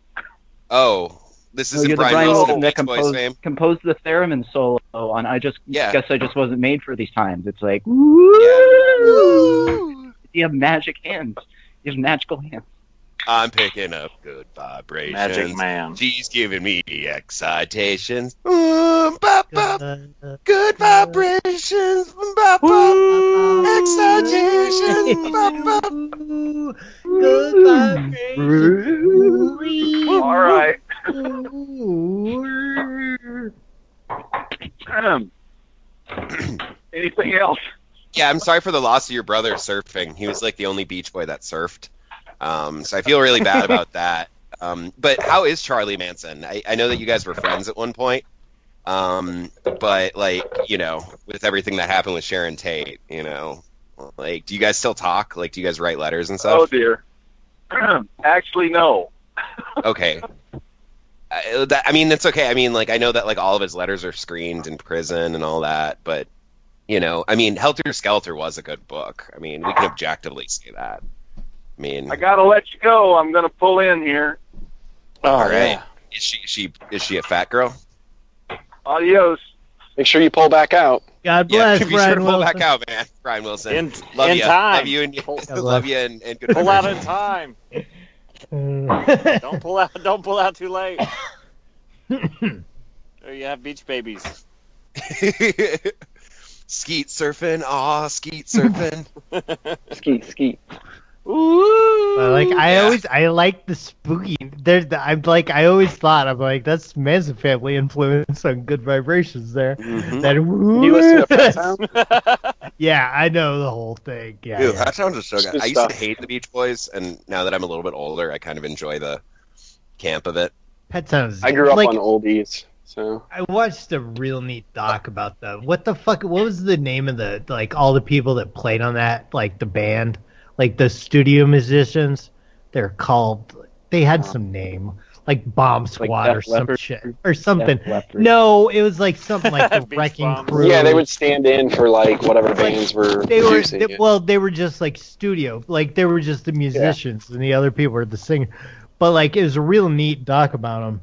Oh, this No, isn't you're the Brian, Brian Wilson, Wilson of that Beach Boys composed, fame. composed the theremin solo on I just Yeah. guess I just wasn't made for these times. It's like you have magic hands. You have magical hands. I'm picking up good vibrations. Magic man. She's giving me excitations. Mm, bop, bop. Good vibrations. Bop, bop. Excitation. Bop, bop. Good Hmm. vibrations. All right. Ahem. Anything else? Yeah, I'm sorry for the loss of your brother surfing. He was like the only beach boy that surfed. Um, so I feel really bad about that. Um, but how is Charlie Manson? I, I know that you guys were friends at one point. Um, but like, you know, with everything that happened with Sharon Tate, you know, like, do you guys still talk? Like, do you guys write letters and Oh stuff? dear. Actually, no. okay. I, that, I mean, that's okay. I mean, like, I know that like all of his letters are screened in prison and all that, but you know, I mean, Helter Skelter was a good book. I mean, we can objectively say that. I mean, I gotta let you go. I'm gonna pull in here. all right. Is she is she is she a fat girl? Adios. Make sure you pull back out. God Yeah, bless be sure Brian to pull back Wilson. out, man. Brian Wilson, In- love in you, time. love you, and love you, and, and good. Pull out in vibrations. time. don't pull out. Don't pull out too late. there you have beach babies. skeet surfing, aw, skeet surfing. skeet, skeet. But, like I always, I like the spooky. There's, the, I'm like, I always thought, I'm like, that's Manson family influence on good vibrations there. Mm-hmm. That You listen to Fat Sound? yeah, I know the whole thing. Yeah, Dude, yeah. that sounds so It's good. good I used stuff. to hate the Beach Boys, and now that I'm a little bit older, I kind of enjoy the camp of it. Pet sounds. I grew up like, on oldies, so I watched a real neat doc about the what the fuck what was the name of the like all the people that played on that like the band like the studio musicians they're called they had some name like Bomb Squad or Def some Leppard? shit or something. Def Leppard. No, it was like something like the Wrecking Crew. Yeah, they would stand in for like whatever bands were They were producing they- it. well, they were just like studio, like they were just the musicians, and the other people were the singer. But like it was a real neat doc about them.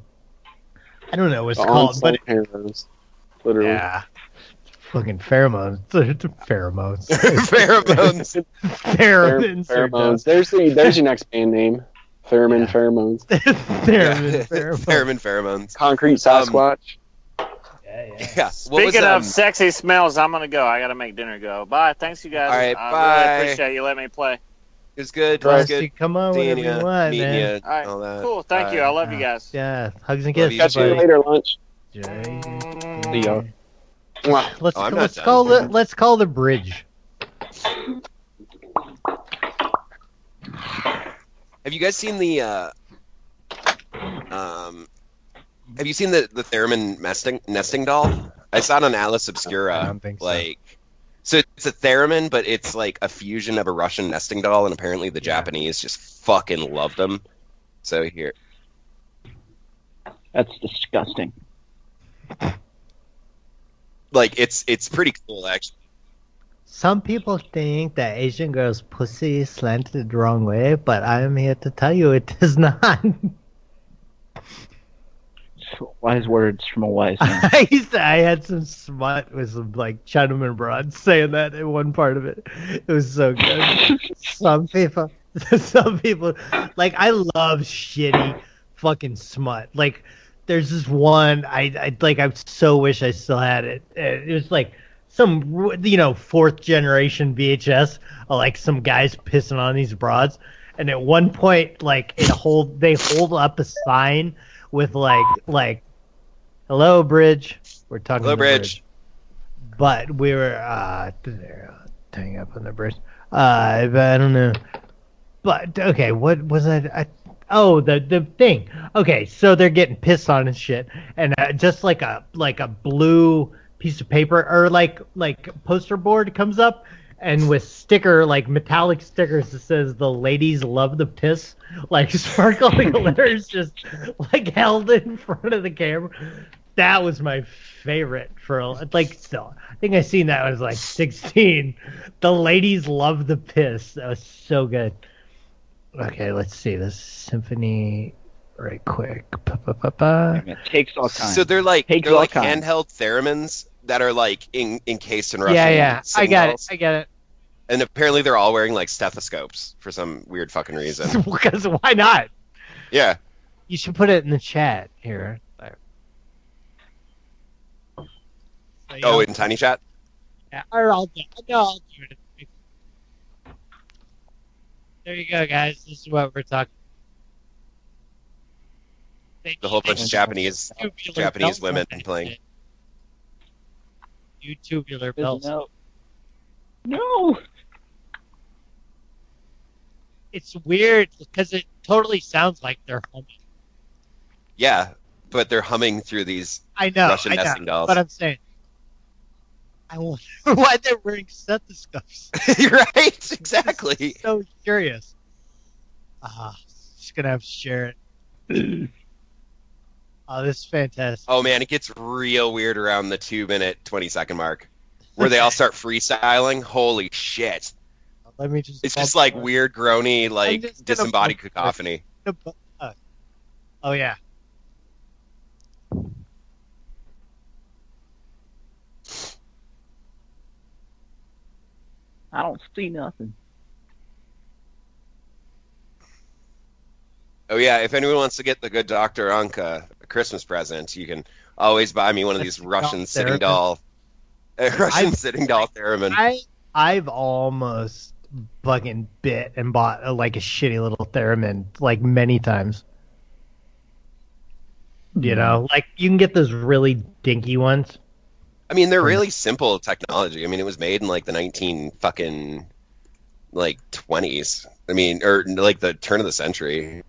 I don't know what it's The called, Unsung but it, heroes, literally. Yeah. fucking pheromones, pheromones, pheromones, pheromones, are dumb. pheromones. There's the there's your next band name. Pheromone pheromones. Theremin pheromones. pheromones. Um, Concrete Sasquatch. Yeah. what was, Speaking um, of sexy smells, I'm gonna go. I gotta make dinner go. Bye. Thanks, you guys. All right, I bye. really appreciate you letting me play. It was good. It Bro, was see, good. come on whenever Seeing you ya, want, meeting man. ya, All right, all that. cool. Thank you. I love you guys. Yeah, hugs and Love kisses. you. Catch you buddy. later, lunch. Yeah. Let's Oh, I'm not let's done. call the let's call the bridge. Have you guys seen the uh, um, have you seen the the theremin nesting nesting doll? I saw it on Atlas Obscura. I don't think so. Like, so it's a theremin, but it's like a fusion of a Russian nesting doll, and apparently the Japanese just fucking love them. So here, That's disgusting. like it's it's pretty cool actually. Some people think that Asian girls' pussy is slanted the wrong way, but I'm here to tell you it is not. Wise words from a wise man. I used to, I had some smut with some like Chinaman broad saying that in one part of it. It was so good. some people, some people, like I love shitty fucking smut. Like there's this one I, I like. I so wish I still had it. And It was like some you know fourth generation VHS. Of, uh, like some guys pissing on these broads, and at one point like it hold they hold up a sign with like like Hello, Bridge. We're talking. Hello, to Bridge. But we were uh, hang up on the bridge. Uh, but I don't know. But okay, what was I? I oh, the the thing. Okay, so they're getting pissed on and shit, and uh, just like a like a blue piece of paper or like like poster board comes up, and with sticker like metallic stickers that says "The ladies love the piss," like sparkling letters just like held in front of the camera. That was my favorite for a- like still. I think I seen that when I was like sixteen. The ladies love the piss. That was so good. Okay, let's see this symphony right quick. Pa-pa-pa-pa. It takes all kinds. So they're like Takes they're all like kinds. handheld theremins that are like in, encased in Russian. Yeah, yeah, I got it. symbols. I got it. And apparently they're all wearing like stethoscopes for some weird fucking reason. Because why not? yeah. You should put it in the chat here. uh, Oh, in tiny chat. Yeah, or I'll do, no, I'll do it. There you go, guys. This is what we're talking. The whole bunch of Japanese Japanese women playing. You tubular belts. No. No. It's weird because it totally sounds like they're humming. Yeah, but they're humming through these I know, Russian I know, nesting dolls. but I'm saying. I wonder why they're wearing stethoscopes. right? Exactly. So curious. Ah, just gonna have to share it. oh, this is fantastic. Oh man, it gets real weird around the two minute twenty second mark, where they all start freestyling. Holy shit! Let me just. It's just like weird, groany, like just gonna disembodied cacophony. uh, Oh yeah. I don't see nothing. Oh yeah, if anyone wants to get the good Doctor Anka a Christmas present, you can always buy me one of these Russian sitting theremin. doll, uh, Russian I- sitting doll theremin. I I've almost fucking bit and bought uh like a shitty little theremin like many times. You know, like you can get those really dinky ones. I mean, they're really simple technology. I mean, it was made in like the nineteen fucking like twenties. I mean, or like the turn of the century.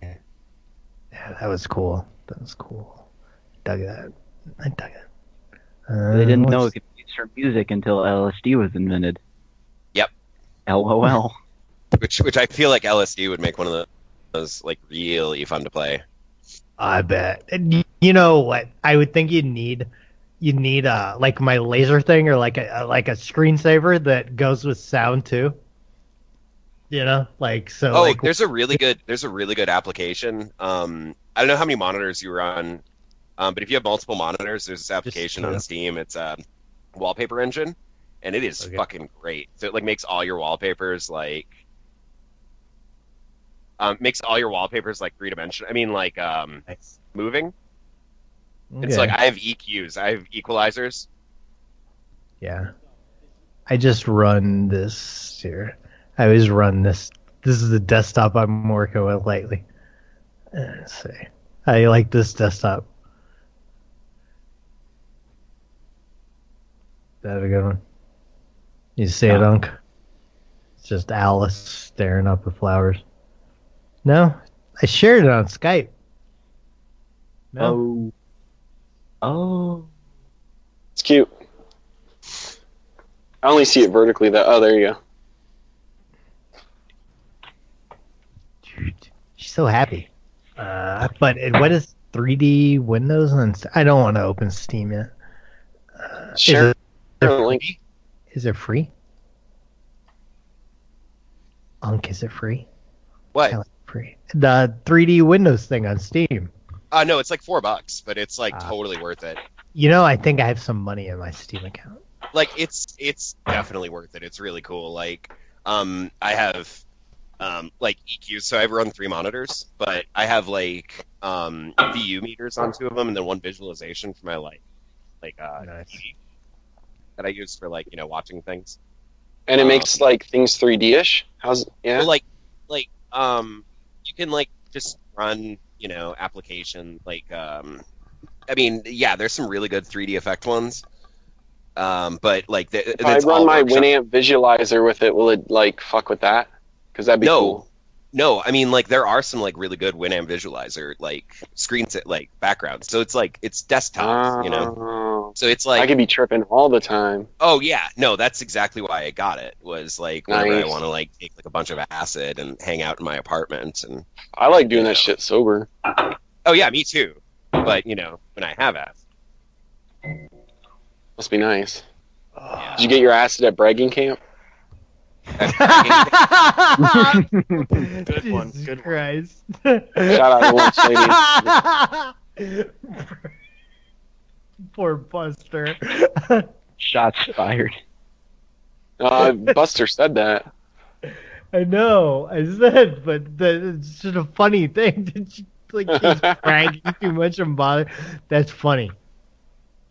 Yeah, that was cool. That was cool. Dug that. I dug it. they didn't Uh, know it what's- could be used for music until LSD was invented. Yep. LOL. Which, which I feel like LSD would make one of the- those like really fun to play. I bet. And y- you know what? I would think you'd need you need uh like my laser thing or like a uh, like a screensaver that goes with sound too. You know, like so. oh, like, there's a really good there's a really good application. Um, I don't know how many monitors you run, um, but if you have multiple monitors, there's this application yeah. on Steam. It's a wallpaper engine, and it is fucking great. So it like makes all your wallpapers like um, makes all your wallpapers like three dimensional. I mean, like um, moving. It's Okay. like I have EQs, I have equalizers. Yeah. I just run this here. I always run this. This is the desktop I'm working with lately. Let's see. I like this desktop. That's a good one. You see it, Unc? It's just Alice staring up at flowers. No, I shared it on Skype. No. Oh. Oh. It's cute. I only see it vertically. That oh, there you go. She's so happy. Uh, but it, what is 3D Windows on? Ste- I don't want to open Steam yet. Uh, Share- Is it, share the link. is it free? Unk, is it free? What? Free. The 3D Windows thing on Steam. Uh, no, it's like four bucks, but it's like Ah. totally worth it. You know, I think I have some money in my Steam account. like it's it's definitely worth it. It's really cool. Like um I have um like EQs, so I run three monitors, but I have like um VU meters on two of them and then one visualization for my like like uh TV that I use for like, you know, watching things. And it makes like things 3D-ish. How's yeah? Uh, Well, like like um you can like just run, you know, application like um I mean, yeah, there's some really good 3D effect ones. Um, but like the, if I it's run all my workshop- Winamp visualizer with it, will it like fuck with that? Because that'd be no, cool. no. I mean, like there are some like really good Winamp visualizer like screens at like backgrounds. So it's like it's desktop, you know. Oh. So it's like I could be tripping all the time. Oh yeah, no, that's exactly why I got it. Was like whenever I Nice. want to like take like a bunch of acid and hang out in my apartment and. I like doing that shit sober. Oh yeah, me too. But you know, when I have acid, Must be nice. Did you get your acid at bragging camp? Good one. Good Christ. Shout out to Lunch lady. Poor Buster. Shots fired. Uh, Buster said that. I know. I said, but the, it's just a funny thing. Did you, like he's bragging too much and bother? That's funny.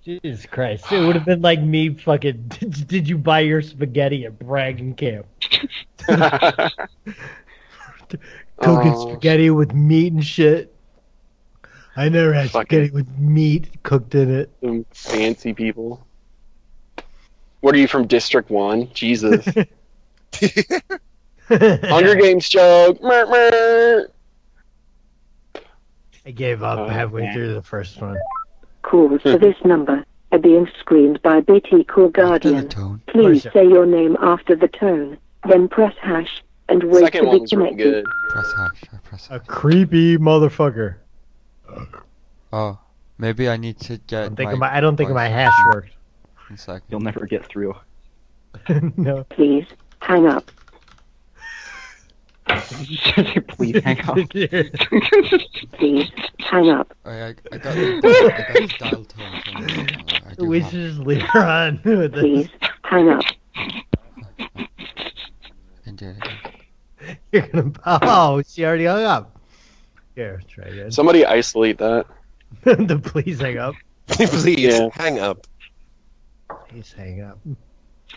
Jesus Christ! It would have been like me fucking. Did, did you buy your spaghetti at bragging camp? Go get Oh. spaghetti with meat and shit. I never had spaghetti with meat cooked in it. Some fancy people. What are you from District One? Jesus. Hunger Games joke. Mer, mer. I gave up halfway through the first one. Calls to Mm-hmm. this number are being screened by BT Call Guardian. Please say your name after the tone, then press hash and wait Second to one be was really connected. good. Press hash. A creepy motherfucker. Oh, maybe I need to get. I, think my, I don't think my hash worked. One second. You'll never get through. no. Please hang up. Please hang up. Please hang up. I, I got the, I got the dial tone. We should just leave her on with this. Please hang up. And did it. You're gonna. Oh, she already hung up. Here, try again. Somebody isolate that. the please hang up. please hang up. Please hang up.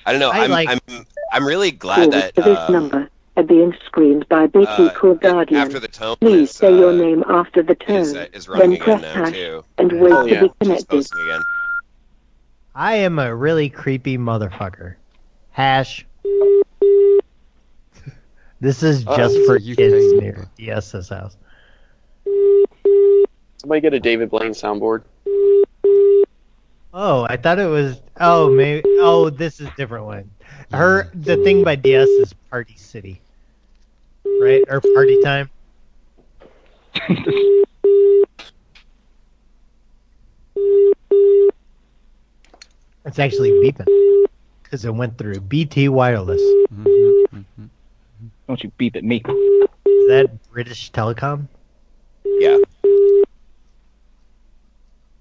I don't know. I I am like- I'm I'm really Calls glad that to this uh, um, number are being screened by BT uh, Call Guardian. after the tone Please is, say your uh, name after the tone, is, uh, is running then again press now hash too. and wait Oh, to yeah. be She's connected. posting again. I am a really creepy motherfucker. Hash. Uh, This is Oh, just it's a for UK kids number. near DS's house. Somebody get a David Blaine soundboard. Oh, I thought it was. Oh, maybe. Oh, this is a different one. Her the thing by DS is Party City, right? Or Party Time. It's actually beeping because it went through BT Wireless. Don't you beep at me? Is that British Telecom? Yeah.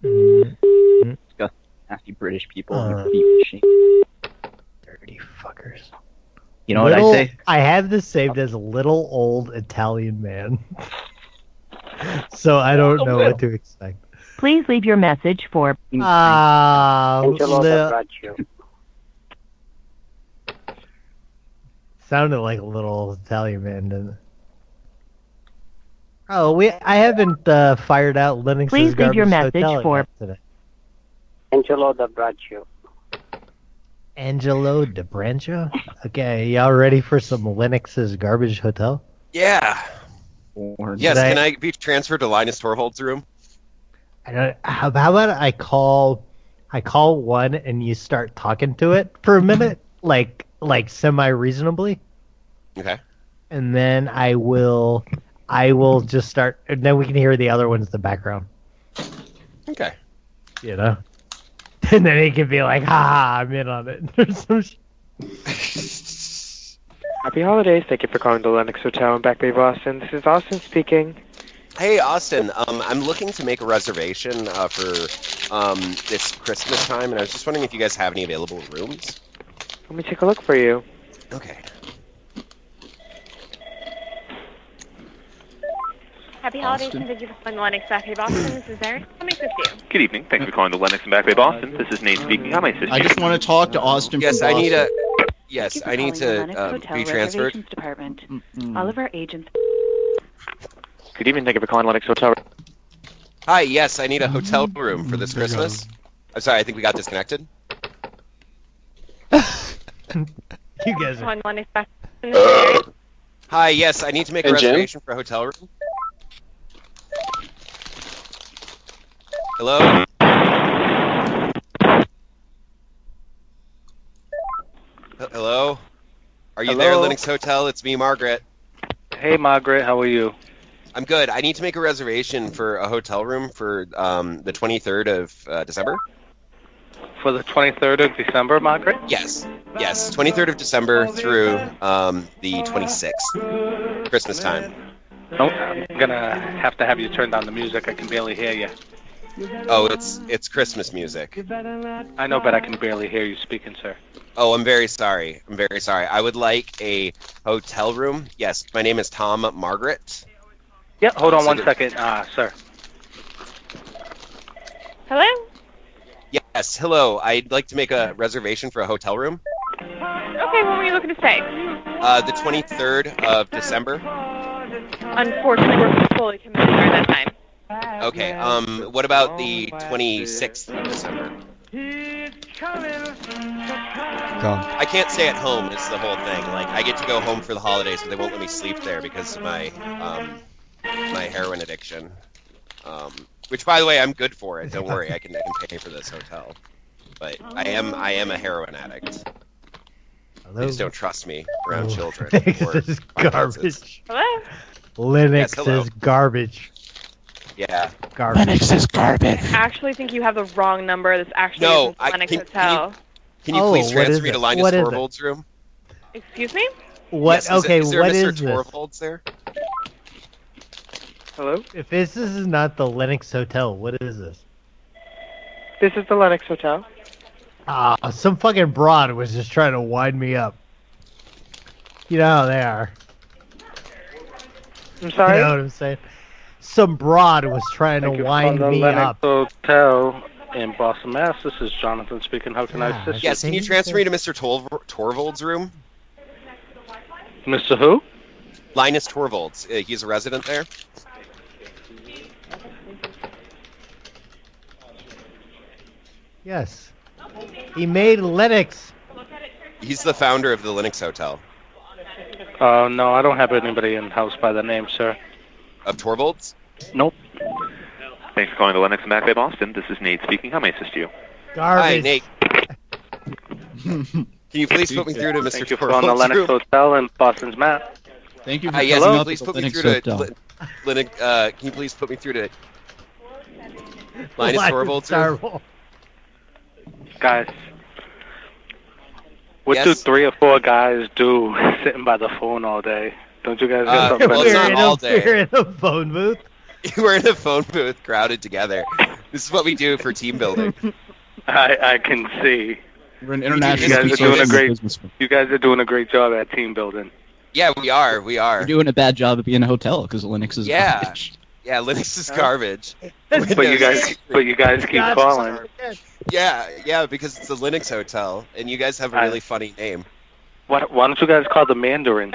Disgusting, nasty British people on Uh. their beep machine. Dirty fuckers. You know what I Little- say? I have this saved as little old Italian man. so I don't know what to expect. Please leave your message Uh, for. Ah, li- sounded like a little old Italian man, didn't it? Oh, we I haven't uh, fired out Linux. Please leave your message for- today. Angelo D'Abraccio. Angelo DeBrancho. Okay, y'all ready for some Linux's garbage hotel? Yeah. Yes, Did I- can I be transferred to Linus Torvalds' room? I don't, how, how about I call I call one and you start talking to it for a minute, like like semi reasonably, Okay. and then I will I will just start, and then we can hear the other ones in the background, Okay. you know. And then he can be like, "Ha, ha, I'm in on it." or some shit. Happy holidays. Thank you for calling the Lennox Hotel in Back Bay, Boston. This is Austin speaking. Hey, Austin. Um, I'm looking to make a reservation uh, for um, this Christmas time, and I was just wondering if you guys have any available rooms. Let me take a look for you. Okay. Happy holidays and thank you for calling Lennox Back Bay Boston. This is Erin. How may I assist you? Good evening. Thanks for calling the Lennox and Back Bay Boston. This is Nate speaking. How may I assist you? I just want to talk to Austin. Yes, from I need a. Boston. Yes, Thank you for I need calling the to Lennox um, Hotel be transferred. Reservations Department. All of our agents. Good evening. Thank you for calling Lennox Hotel. Hi. Yes, I need a hotel room for this Christmas. I'm sorry. I think we got disconnected. You guys Uh, Calling Lennox Back Bay Boston. Hi. Yes, I need to make a Hey, Jim? reservation for a hotel room. Hello. H- Hello. Are you there, Hello? Linux Hotel? It's me, Margaret. Hey, Margaret, how are you? I'm good. I need to make a reservation for a hotel room for um, the 23rd of uh, December. For the 23rd of December, Margaret? Yes. Yes, 23rd of December through um, the 26th, Christmas time. Nope, Oh, I'm gonna have to have you turn down the music. I can barely hear you. Oh, it's it's Christmas music. I know, but I can barely hear you speaking, sir. Oh, I'm very sorry. I'm very sorry. I would like a hotel room. Yes, my name is Tom Margaret. Yeah, hold on So one the- second, uh, sir. Hello? Yes, hello. I'd like to make a reservation for a hotel room. Okay, what were you looking to say? Uh, the 23rd of December. Unfortunately, we're fully committed during that time. Okay. Um, what Oh, about the 26th of December? I can't stay at home. Is the whole thing. Like I get to go home for the holidays, but they won't let me sleep there because of my um, my heroin addiction. Um, which, by the way, I'm good for it. Don't worry. I can I can pay for this hotel. But I am I am a heroin addict. They just don't trust me around children. or Linux Oh, is finances. garbage. Hello? Yes, Linux hello. is garbage. Yeah. Garbage. Linux is garbage. I actually think you have the wrong number. This actually No, isn't the I- Lennox can- Hotel. Can you Oh, please what is transfer me it? to Linus What is it? Torvalds' room? Excuse me? What? Yes, is it- okay, is there what Mr. is this? Torvalds there? Hello? If this, this is not the Linux Hotel, what is this? This is the Lennox Hotel. Ah, some fucking broad was just trying to wind me up. You know how they are. I'm You sorry? know what I'm saying? Some broad was trying Thank to you for wind calling the me Lennox up. Hotel in Boston, Mass. This is Jonathan speaking. How can I assist Yes, can you you? transfer me to Mr. Torv- Torvalds' room? Mr. Who? Linus Torvalds. Uh, he's a resident there. Yes. He made Linux. He's the founder of the Linux Hotel. Uh, no, I don't have anybody in house by the name, sir. Of Torvalds? Nope. Thanks for calling the Lennox and Back Bay Boston. This is Nate speaking. How may I assist you? Hi, Nate. Can you please put me through to Mr. Thank you for calling the Torvalds' Lennox room? Hotel in Boston's Mass. Thank Hi, yes, can uh, you please put me through to Lin- Linux? Uh, can you please put me through to Linus Linus Torvalds. Torvalds. Guys, what do three or four guys do sitting by the phone all day? Don't you guys get Uh, something well, better it's to not do? all day. We're in a phone booth. We're in a phone booth, crowded together. This is what we do for team building. I, I can see. We're an You international guys are speech doing a agency great. businessman. You guys are doing a great job at team building. Yeah, we are. We are. We're doing a bad job of being a hotel because Linux is. Yeah, yeah. Linux is garbage. But you guys, but you guys keep Gotcha. calling. Yeah, yeah, because it's a Linux hotel, and you guys have a really funny name. Why, why don't you guys call the Mandarin?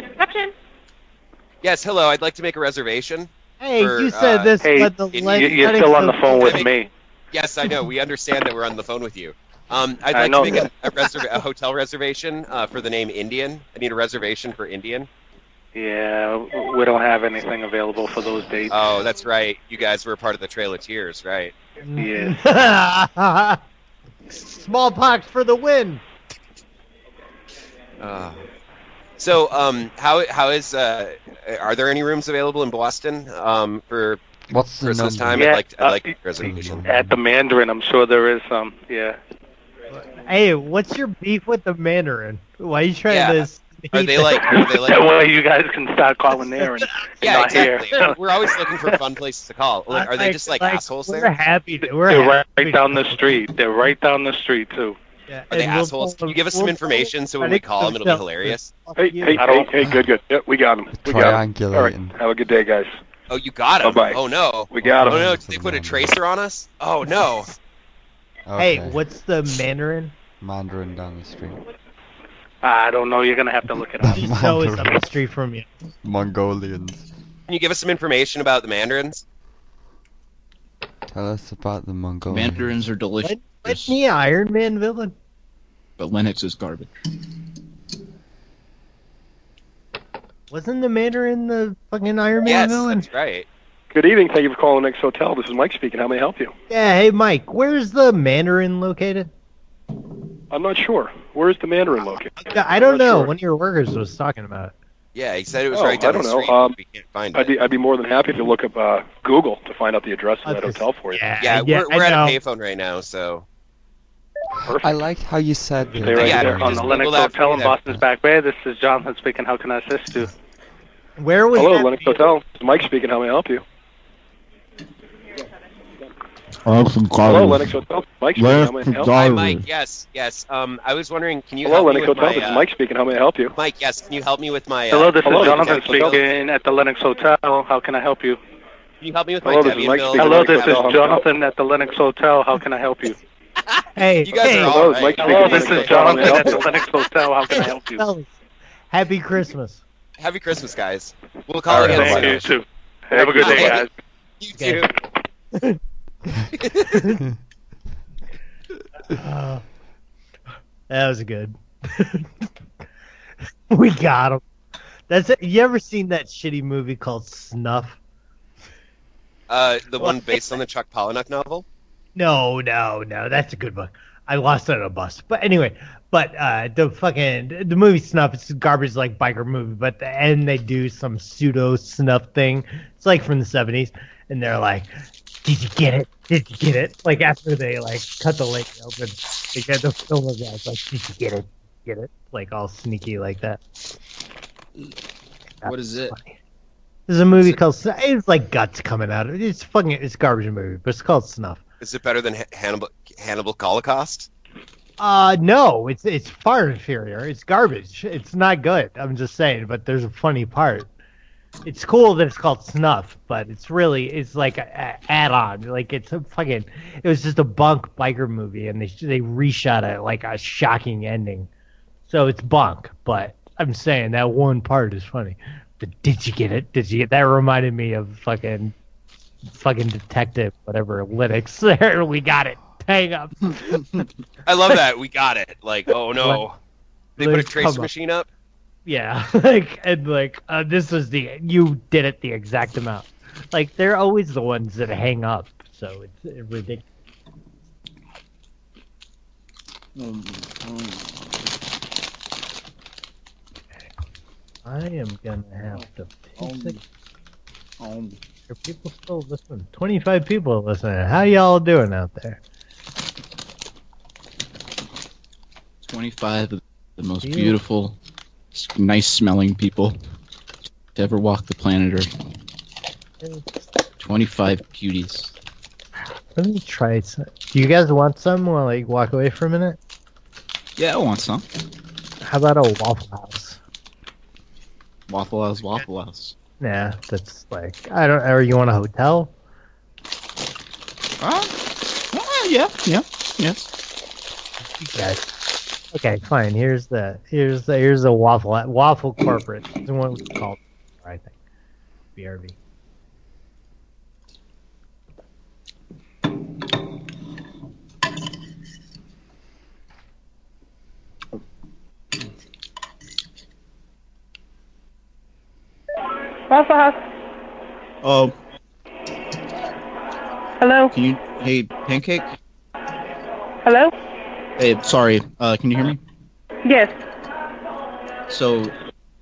Yes, hello. I'd like to make a reservation. Hey, for, you said uh, this, but the you- Lin- You're still on the phone with me. Yes, I know. We understand that we're on the phone with you. Um, I'd I like know to make that. a, a, reserv- a hotel reservation uh, for the name Indian. I need a reservation for Indian. Yeah, w- we don't have anything available for those dates. Oh, that's right. You guys were part of the Trail of Tears, right? Yeah. Smallpox for the win. Uh, so, um, how how is uh, are there any rooms available in Boston um, for What's Christmas time? Yeah, I'd like I'd like uh, a reservation. At the Mandarin, I'm sure there is some. Yeah. Hey, what's your beef with the Mandarin? Why are you trying Yeah. to? s- Are they like? Are they like? That way you guys can start calling there and, and yeah, not exactly. here. We're always looking for fun places to call. Like, are they Like- just like, like, assholes we're there? happy. To, we're They're happy. right, down the street. They're right down the street too. Yeah, Are they and we'll assholes? pull Can you give us them- some we'll information so when I we think call them, it'll be themselves. hilarious? Hey, you. hey, I don't- hey, good, good. Yep, we got him. We got him. Triangulate All right, and- have a good day, guys. Oh, you got him. Bye-bye. Oh no, We got 'em. Oh no, did they put a tracer on us? Oh no. Hey, what's the Mandarin? Mandarin down the street. I don't know. You're gonna have to look it up. No, it's up the street from you. Mongolians. Can you give us some information about the Mandarins? Tell us about the Mongolians. Mandarins are delicious, Let me an Iron Man villain. but Linux is garbage. Wasn't the Mandarin the fucking Iron Man Yes, villain? that's right. Good evening. Thank you for calling Next Hotel. This is Mike speaking. How may I help you? Yeah. Hey, Mike, where's the Mandarin located? I'm not sure. Where is the Mandarin located? I don't know. One of your workers was talking about it. Yeah, he said it was Oh, right I down don't the know. street. Um, we can't find I'd it. be, I'd be more than happy if you look up uh, Google to find out the address of that hotel for you. yeah, Uh, yeah, we're, we're I at a know. payphone right now, so I like how you said Stay that. right Yeah, there you on the just- Google Linux that for Hotel me in there. Boston's back bay. This is Jonathan speaking. How can I assist you? Where was Hello, that? Linux Hotel. This is Mike speaking. How may I help you? Hello, Linux Hotel. Mike speaking. How may I help you? Hi, Mike. Yes, yes. Um, I was wondering, can you Hello, help me Linux with Hotel. my, This is uh, Mike speaking. How may I help you? Mike, yes, can you help me with my? Uh, Hello, this is Jonathan debit bill? speaking at the Linux Hotel. How can I help you? Can you help me with my Hello, this Debian is Mike bill? speaking. Hello, this is Jonathan at the Linux Hotel. How can I help you? Hey, You guys hey, are all right. Hello, this is Jonathan at the Linux Hotel. How can I help you? fellas, Happy Christmas. Happy Christmas, guys. We'll All call right, again thank soon. you, too. Have a good day, guys. You too. Uh, that was good. we got him. That's it. You ever seen that shitty movie called Snuff? Uh, the one based on the Chuck Palahniuk novel. No, no, no. That's a good one. I lost it on a bus. But anyway, but uh, the fucking the movie Snuff. It's a garbage like biker movie, but at the end they do some pseudo snuff thing. It's like from the seventies, and they're like, "Did you get it? Did you get it?" Like after they like cut the lady open, they get the film of that. It's like, "Did you get it? Get it?" Like all sneaky like that. What is it? There's a movie called Snuff. It's like guts coming out of it. It's fucking it's a garbage movie, but it's called Snuff. Is it better than Ha- Hannibal Hannibal Holocaust? Uh no, it's it's far inferior. It's garbage. It's not good. I'm just saying, but there's a funny part. It's cool that it's called snuff, but it's really it's like a, a add-on. Like it's a fucking. It was just a bunk biker movie, and they they reshot it like a shocking ending. So it's bunk, but I'm saying that one part is funny. But did you get it? Did you get that? Reminded me of fucking fucking detective whatever Linux. There we got it. Hang up. I love that. We got it. Like, oh no, they put a Like, come tracer on. machine up. Yeah, like and like uh, this is the you did it the exact amount. Like they're always the ones that hang up, so it's ridiculous. I am gonna have to. Um, um, Are people still listening? 25 people listening. How y'all doing out there? 25 of the most Ew. beautiful, s- nice smelling people to ever walk the planet Earth. 25 beauties. Let me try some. Do you guys want some? Want to like walk away for a minute? Yeah, I want some. How about a Waffle House? Waffle House, Waffle House. Nah, that's like I don't. Or you want a hotel? Oh, yeah, yeah, yes. You guys. Okay, fine. Here's the here's the here's the waffle Hou- waffle corporate. It's what it's called. I think. BRB. Waffle House. Oh, Hello. can you. Hey, Pancake? Hello. Hey, sorry, uh, can you hear me? Yes. So,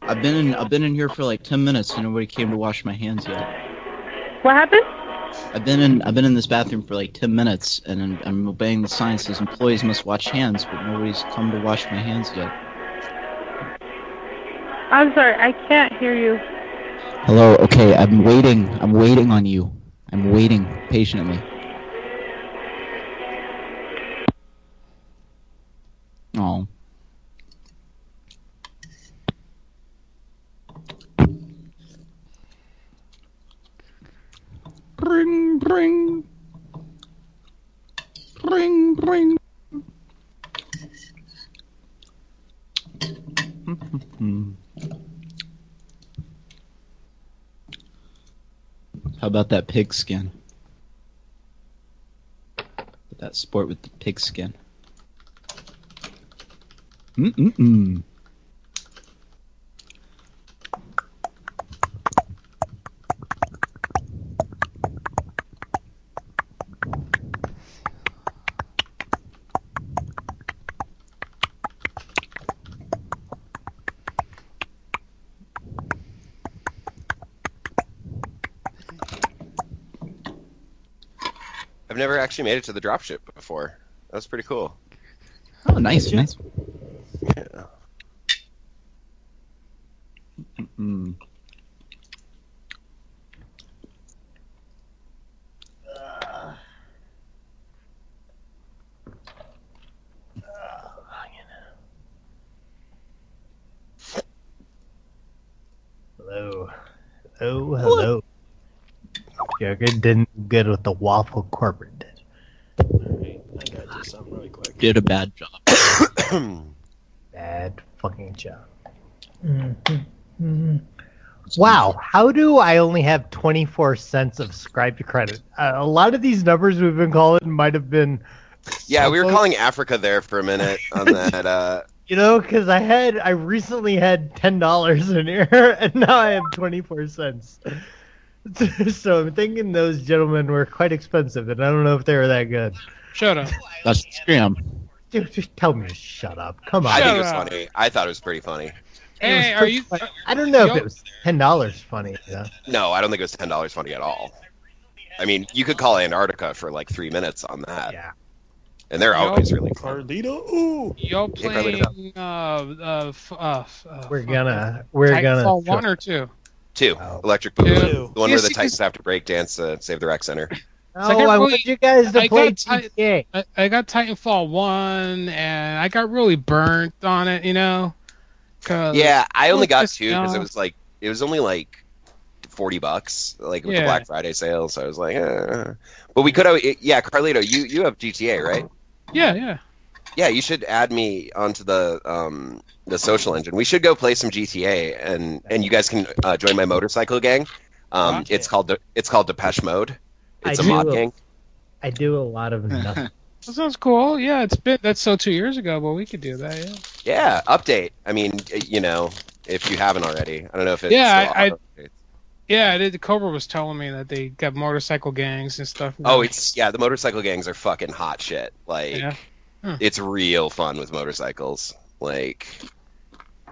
I've been in I've been in here for like ten minutes and nobody came to wash my hands yet. What happened? I've been in I've been in this bathroom for like ten minutes and I'm, I'm obeying the sign that says employees must wash hands, but nobody's come to wash my hands yet. I'm sorry. I can't hear you. Hello, okay, I'm waiting. I'm waiting on you. I'm waiting patiently. Oh. Bring, bring. Bring, bring. How about that pig skin? That sport with the pig skin. Mm-mm-mm. I've never actually made it to the dropship before. That was pretty cool. Oh, nice, nice. Yeah. Mm-hmm. Mm. Hello. Hello. Hello. Jugger didn't do good with the waffle corporate. Did a bad job. Bad fucking job. Wow, how do I only have 24 cents of scribe credit? Uh, a lot of these numbers we've been calling might have been, Yeah, we were calling Africa there for a minute on that. Uh, you know, because I had, I recently had $10 in here, and now I have 24 cents. so I'm thinking those gentlemen were quite expensive, and I don't know if they were that good. Shut up. That's a scam. Dude, just tell me to shut up. Come on. I think it was funny. I thought it was pretty funny. It was Hey, are pretty you? funny. I don't know if it was ten dollars funny. You know? No, I don't think it was ten dollars funny at all. I mean, you could call Antarctica for like three minutes on that. Yeah. And they're always really Carlito, ooh. Y'all Yeah, probably playing? Uh, uh, f- uh, f- uh, We're fuck. gonna we're Titanfall gonna one or two. Two. Electric Boogaloo. Two. The one where Yes, the you Titans have to break dance to save the rec center. Oh, Like, I I really- want you guys to I play got Ti- GTA. I, I got Titanfall one, and I got really burnt on it, you know. 'cause- Yeah, I only got Just, two because it uh, was like it was only like forty bucks, like with Yeah. the Black Friday sale. So I was like, eh. but we could have. Yeah, Carlito, you you have GTA, right? Yeah, yeah. Yeah, you should add me onto the um the social engine. We should go play some GTA, and and you guys can uh, join my motorcycle gang. Um, it's called De- it's called Depeche Mode. I It's a do mod love- gang. I do a lot of nothing. That sounds cool. Yeah, it's been that's so two years ago, but we could do that. Yeah. Yeah, update. I mean, uh, you know, if you haven't already, I don't know if it's Yeah, still I- I- auto- Yeah, I did, Cobra was telling me that they got motorcycle gangs and stuff. now. Oh, it's yeah. The motorcycle gangs are fucking hot shit. Like, Yeah. Huh. it's real fun with motorcycles. Like,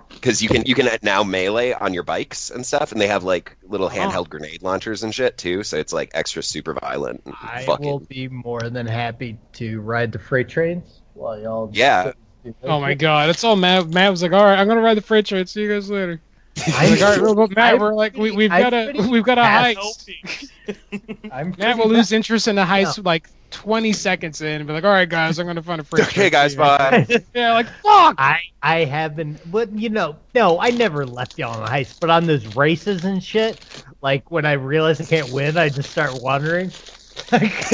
because you can you can now melee on your bikes and stuff, and they have like Oh. little handheld grenade launchers and shit too. So it's like extra super violent. and I fucking- will be more than happy to ride the freight trains while y'all. yeah. Oh my god, it's all Matt. Matt was like, "All right, I'm gonna ride the freight train. See you guys later." I I'm was like, "All right, pretty- well, Matt, I'm we're like, we, pretty- we've I'm got a pretty we've got a passive. heist. I'm Matt pretty will lose interest in the heist No. like 20 seconds in, and be like, "All right, guys, I'm gonna find a freight train." Okay, guys, See you later." bye. yeah, like fuck. I I have been, but you know, no, I never left y'all on the heist, but on those races and shit, like when I realize I can't win, I just start wandering.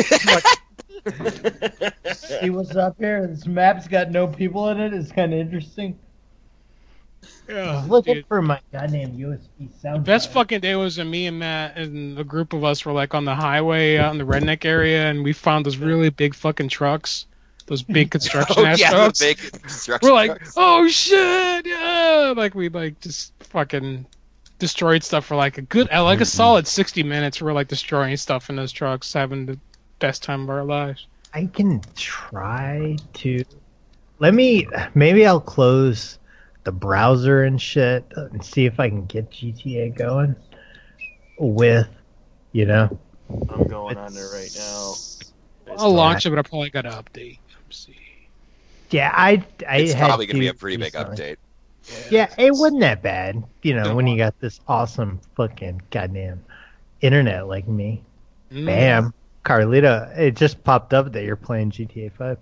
See what's up here? This map's got no people in it. It's kind of interesting. Yeah, Looking dude. for my goddamn USB sound. Best fucking day was when me and Matt and the group of us were like on the highway out in the redneck area, and we found those really big fucking trucks, those big construction Oh, ass yeah, the trucks. big construction we're like, trucks. oh shit, yeah! Like we like just fucking destroyed stuff for like a good, uh, like a Mm-hmm. solid sixty minutes. We We're like destroying stuff in those trucks, having the best time of our lives. I can try to. Let me. Maybe I'll close the browser and shit and see if I can get GTA going with, you know. I'm going on there right now. I'll launch it, but I probably got an update. Yeah, I. I it's had probably going to be a to pretty do big something. update. Yeah, it wasn't that bad, you know, No. when you got this awesome fucking goddamn internet like me. Mm. Bam, Carlito, it just popped up that you're playing GTA Five.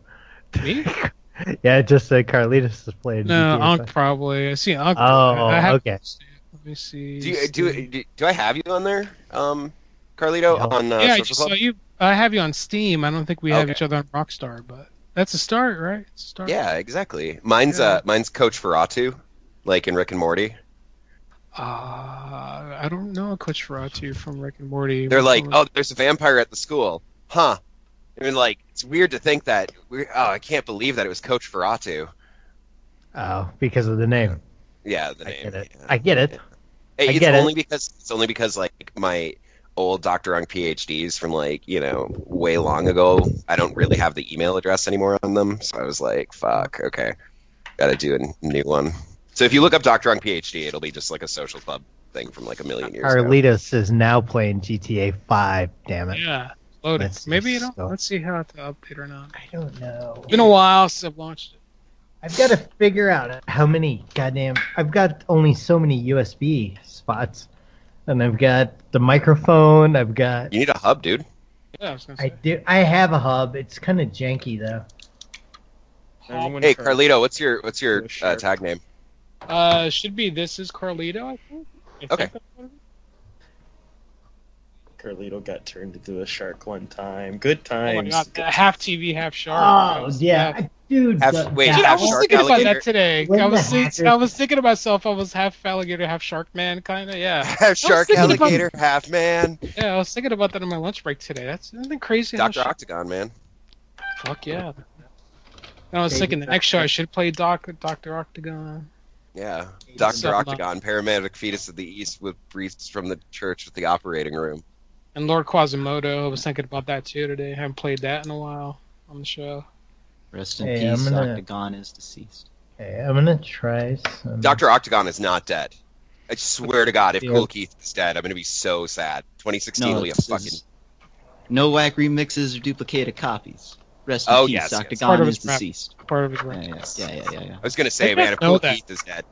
Me? yeah, it just said Carlitos is playing. No, GTA Ankh 5. probably. I see Ankh. Oh, I have- okay. Let me see. Do you, do, do do I have you on there, um, Carlito? On uh, yeah, I Social just Club? saw you. I have you on Steam. I don't think we have Okay. each other on Rockstar, but that's a start, right? It's a start. Yeah, exactly. Mine's uh, mine's Coach Ferratu, like in Rick and Morty. Uh, I don't know Coach Ferratu from Rick and Morty. They're like, From- oh, there's a vampire at the school, huh? I mean, like, it's weird to think that. We, oh, I can't believe that it was Coach Ferratu. Oh, because of the name. Yeah, the name. I get it. Hey, I it's get it. only because it's only because like my old doctor on PhDs from like you know way long ago. I don't really have the email address anymore on them, so I was like, fuck, okay, gotta do a new one. So if you look up Doctor on PhD, it'll be just like a social club thing from like a million years ago. Carlitos is now playing GTA Five. Damn it. yeah, loaded. Let's see, Maybe you don't. so- Let's see how to update or not. I don't know. Been a while since I've launched it. I've got to figure out how many goddamn. I've got only so many USB spots, and I've got the microphone. I've got. You need a hub, dude. Yeah, I was gonna I do. I have a hub. It's kind of janky though. Hey, Carlito, what's your what's your uh, tag name? Uh, should be this is Carlito. I think. I think Okay. that's what it is. Carlito got turned into a shark one time. Good Oh my times. god, the half TV, half shark. Oh yeah, dude. Have- the- wait, that have Dude, I was shark thinking about alligator? that today. When I was, the think, hackers- I was thinking to myself, I was half alligator, half shark man, kind of. Yeah, half Shark alligator, half man. Yeah, I was thinking about that on my lunch break today. That's isn't that crazy. how Doctor shark- Octagon, man. Fuck yeah. And I was thinking the next show I should play Doc, Doctor Octagon. Yeah, Something Doctor about- Octagon, paramedic fetus of the East, with briefs from the church with the operating room. And Lord Quasimodo, I was thinking about that too today. I haven't played that in a while on the show. Rest in Hey, peace. I'm gonna- Octagon is deceased. Okay, I'm gonna try some. Doctor Octagon is not dead. I swear to God, if Cool Keith is dead, I'm gonna be so sad. 2016 No, will be a this fucking. is- No whack remixes or duplicated copies. Rest in Oh, peace. yes, yes. Part Octagon of is his rap. deceased. Part of his yeah, yeah, yeah, yeah, yeah, yeah. I was gonna say, man, if know Cool that. Keith is dead,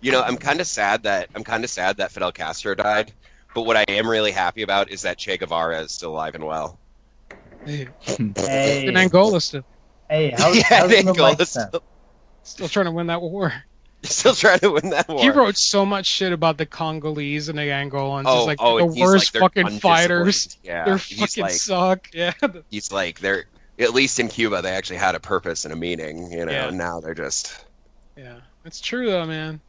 you know, I'm kind of sad that I'm kind of sad that Fidel Castro died. But what I am really happy about is that Che Guevara is still alive and well. Hey. Hey. And Angola still, Hey, how's, Yeah, how's there the you go. mic Let's- sound? still trying to win that war. Still trying to win that war. He wrote so much shit about the Congolese and the Angolans. Oh, He's like oh, the and he's like, worst they're fucking fighters. undisciplined. Yeah, They're he's fucking like- suck. Yeah. he's like they're at least in Cuba they actually had a purpose and a meaning, you know. Yeah. Now they're just Yeah. It's true though, man.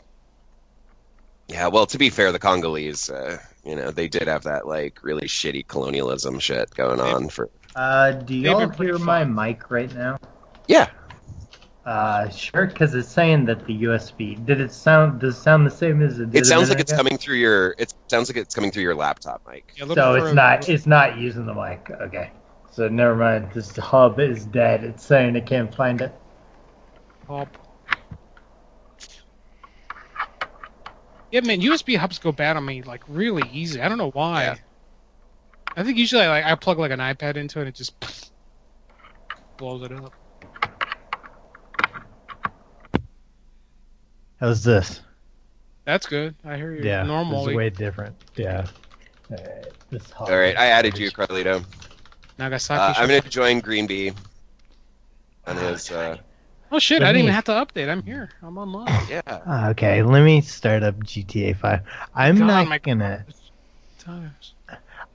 yeah. Well, to be fair, the Congolese, uh, you know, they did have that like really shitty colonialism shit going on for. Uh, do They've y'all been pretty hear my mic right now? Yeah. Uh, sure, because it's saying that the USB. Did it sound? Does it sound the same as it did? It sounds like it's coming through your. It sounds like it's coming through your laptop, Mike. so it's not. It's not using the mic. Okay. So never mind. This hub is dead. It's saying it can't find it. Yeah, man, USB hubs go bad on me like really easy. I don't know why. I think usually like I plug like an iPad into it and it just blows it up. How's this? That's good. I hear you. Yeah, this Normally. is way different. Yeah. This hub. All right, I added you, Carlito. Nagasaki. Uh, I'm gonna join Green Bee Ah, on his. Uh, Oh shit! I Let didn't me- even have to update. I'm here. I'm online. Yeah. Ah, Okay, let me start up GTA 5. I'm God, not my- gonna.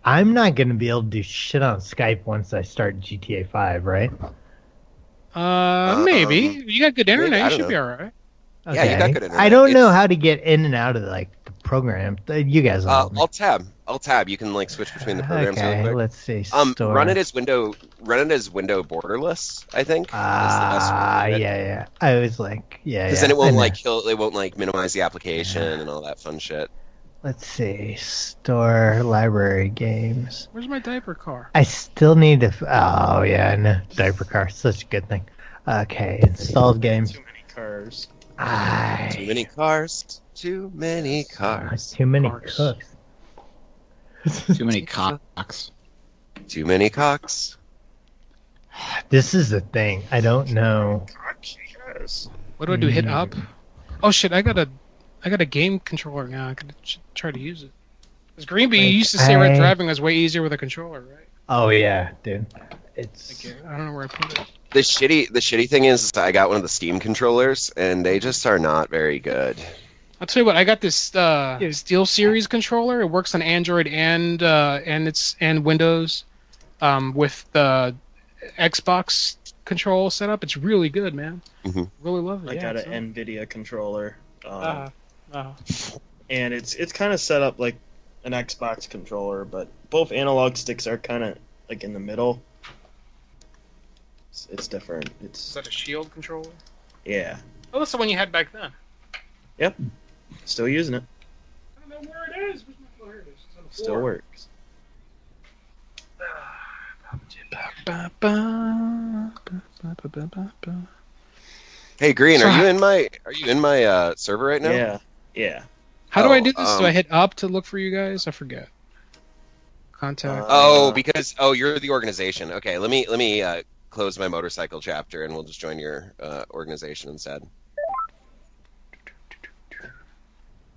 I'm not gonna be able to do shit on Skype once I start GTA 5, right? Uh, maybe Um, you got good maybe, I internet. You don't should be know. all right. Yeah, you got good internet. I don't It's- know how to get in and out of like the program. Uh, You guys all. Uh, I'll tab. I'll tab. You can like switch between the programs. okay, really quick. let's see. Um, store. run it as window. Run it as window borderless. I think. Ah, yeah, yeah. I was like, yeah, Because yeah. then it I won't know. like kill. It won't like minimize the application and all that fun shit. Let's see. Store library games. Where's my diaper car? I still need to. F- oh yeah, I know. Diaper car, such a good thing. Okay, installed game. Cars. Too many cars. Too many cars. Too many cooks. Too many cocks. Too many cocks. This is the thing. I don't know. What do I do? Hit Hmm. up. Oh shit! I got a, I got a game controller now. I could ch- try to use it. Because Green Bee Like, used to say red I- driving was way easier with a controller, right? Oh yeah, dude. It's I don't know where I put it. The shitty. The shitty thing is, is I got one of the Steam controllers, and they just are not very good. I'll tell you what. I got this uh, Steel Series controller. It works on Android and uh, and it's and Windows, um, with the Xbox control setup. It's really good, man. Really love it. I yeah, got it's an NVIDIA controller. Um, Uh, uh, and it's it's kind of set up like an Xbox controller, but both analog sticks are kind of like in the middle. It's, it's different. is It's that a Shield controller? yeah, Oh, that's the one you had back then. yep. Still using it. I don't know where it is. Where's my- oh, here it is. It's on the Still floor. works. Hey, Green, are you in my? Are you in my uh, server right now? Yeah. Yeah. How do Oh, I do this? um, do I hit up to look for you guys? I forget. Contact. Oh, because oh, you're the organization. Okay, let me let me uh, close my motorcycle chapter, and we'll just join your uh, organization instead.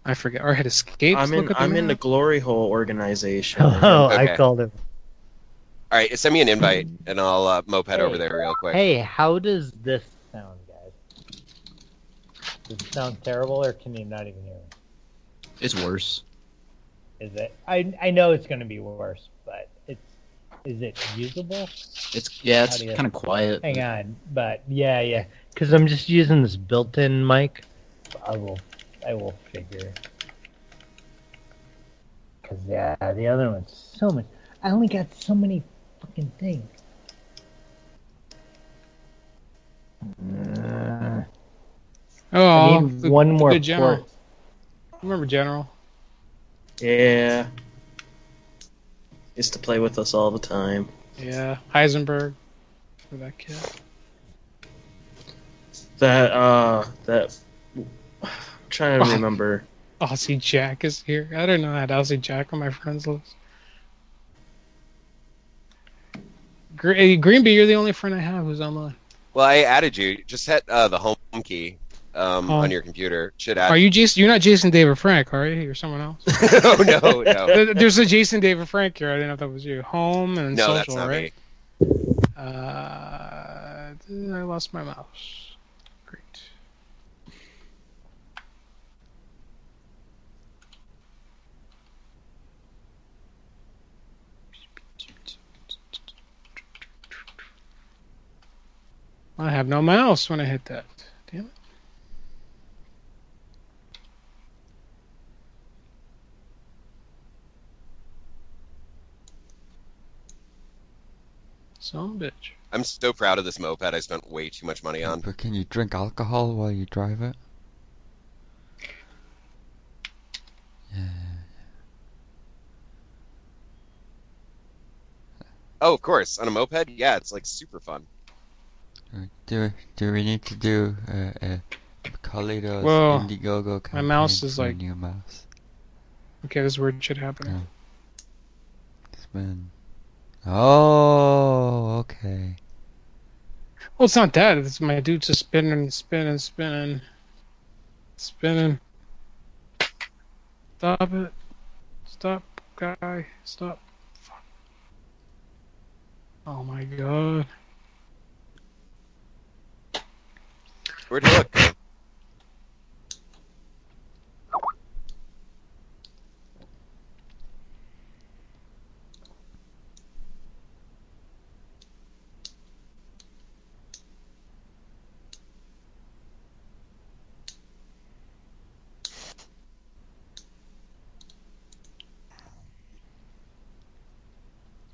I forget. Or hit escape. I'm in. look at I'm in the map. glory hole organization. Oh, I Okay. called it. All right, send me an invite, Hmm. and I'll uh, moped over there real quick. Hey, how does this sound, guys? Does it sound terrible, or can you not even hear me? It's worse. Is it? I I know it's going to be worse, but it's is it usable? It's yeah, it's How do you- kind of quiet. Hang on, but yeah, yeah, because I'm just using this built-in mic. I will, I will figure. Cause yeah, the other one's so much. I only got so many fucking things. Uh, I Oh, need one more good general. port. Remember general? Yeah. Used to play with us all the time. Yeah, Heisenberg. For that kid. That uh, that I'm trying to Oh. remember. Aussie Jack is here. I don't know that Aussie Jack on my friends list. Gre- hey, Green Bee, you're the only friend I have who's online. Well, I added you. Just hit uh, the home key um, Oh. on your computer. Should add. Are you Jason? You're not Jason David Frank, are you? You're someone else. oh no, no, There- There's a Jason David Frank here. I didn't know if that was you. Home and no, social, that's not right? me. Uh, I lost my mouse. Great. I have no mouse when I hit that. Damn it. Some bitch. I'm so proud of this moped. I spent way too much money on. But can you drink alcohol while you drive it? Oh, of course, on a moped. Yeah, it's like super fun. Do do we need to do uh, a Carlito's Whoa. Indiegogo My campaign mouse is for a like- new mouse? Okay, this weird shit happening. It's been. Oh, okay. Well, it's not that. It's my dude's just spinning and spinning, spinning, spinning. Stop it! Stop, guy! Stop! Fuck. Oh my god! Where'd Hook go?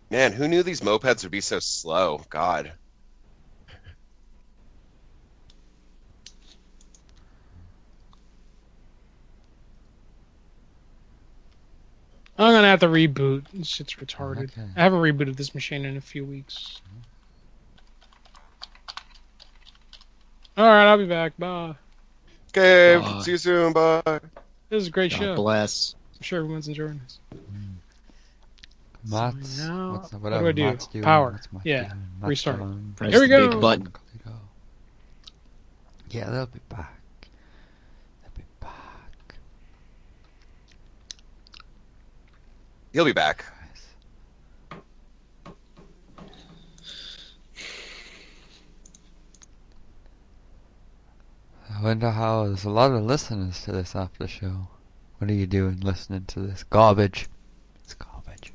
Man, who knew these mopeds would be so slow? God. I'm gonna have to reboot. This shit's retarded. Okay. I haven't rebooted this machine in a few weeks. All right, I'll be back. Bye. Okay, Bye. see you soon. Bye. This is a great God show. bless. I'm sure everyone's enjoying this. Mats. now- what's, what whatever do I do? Mats doing, Power. what's Mats Yeah, doing, Mats restart. doing. Press Here we the big go. button. Yeah, they'll be back. He'll be back. I wonder how there's a lot of listeners to this after show. What are you doing listening to this garbage? It's garbage.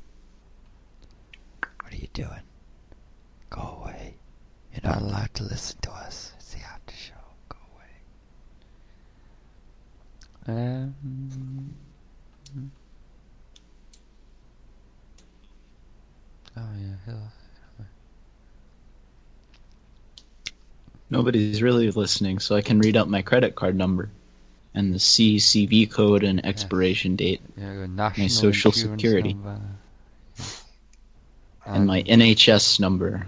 What are you doing? Go away. You're not allowed to listen to us. It's the after show. Go away. Um. Oh yeah. he'll- Nobody's really listening, so I can read out my credit card number and the CCV code and expiration date, Yeah, go my national social insurance security, number. and my NHS number.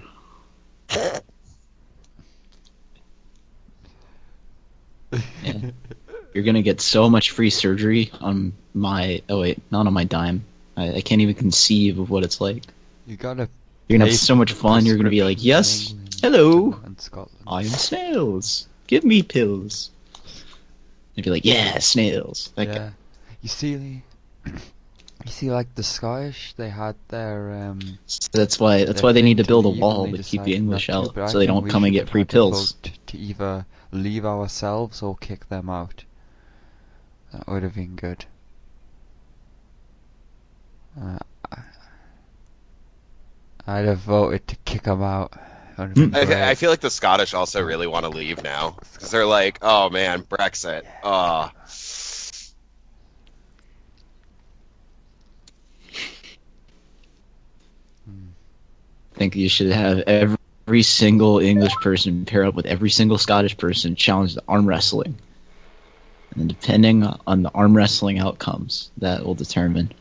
Yeah. You're gonna get so much free surgery on my. Oh wait, not on my dime. I, I can't even conceive of what it's like. You gotta You're gonna pay have so much fun. You're gonna be like, yes, hello, I am snails. Give me pills. They'd be like, yeah, snails. Like, yeah. You see, the- you see, like the Scottish, they had their um. so that's why that's their why they need to thing build a even wall they to keep decided the English not to, out, but I so they think don't we come and should get free have a pills. vote To either leave ourselves or kick them out. That would have been good. Uh, I- I'd have voted to kick them out. That would have Mm. been great. I, I feel like the Scottish also really want to leave now because they're like, oh man, Brexit. Oh. I think you should have every, single English person pair up with every single Scottish person challenge the arm wrestling. And depending on the arm wrestling outcomes, that will determine.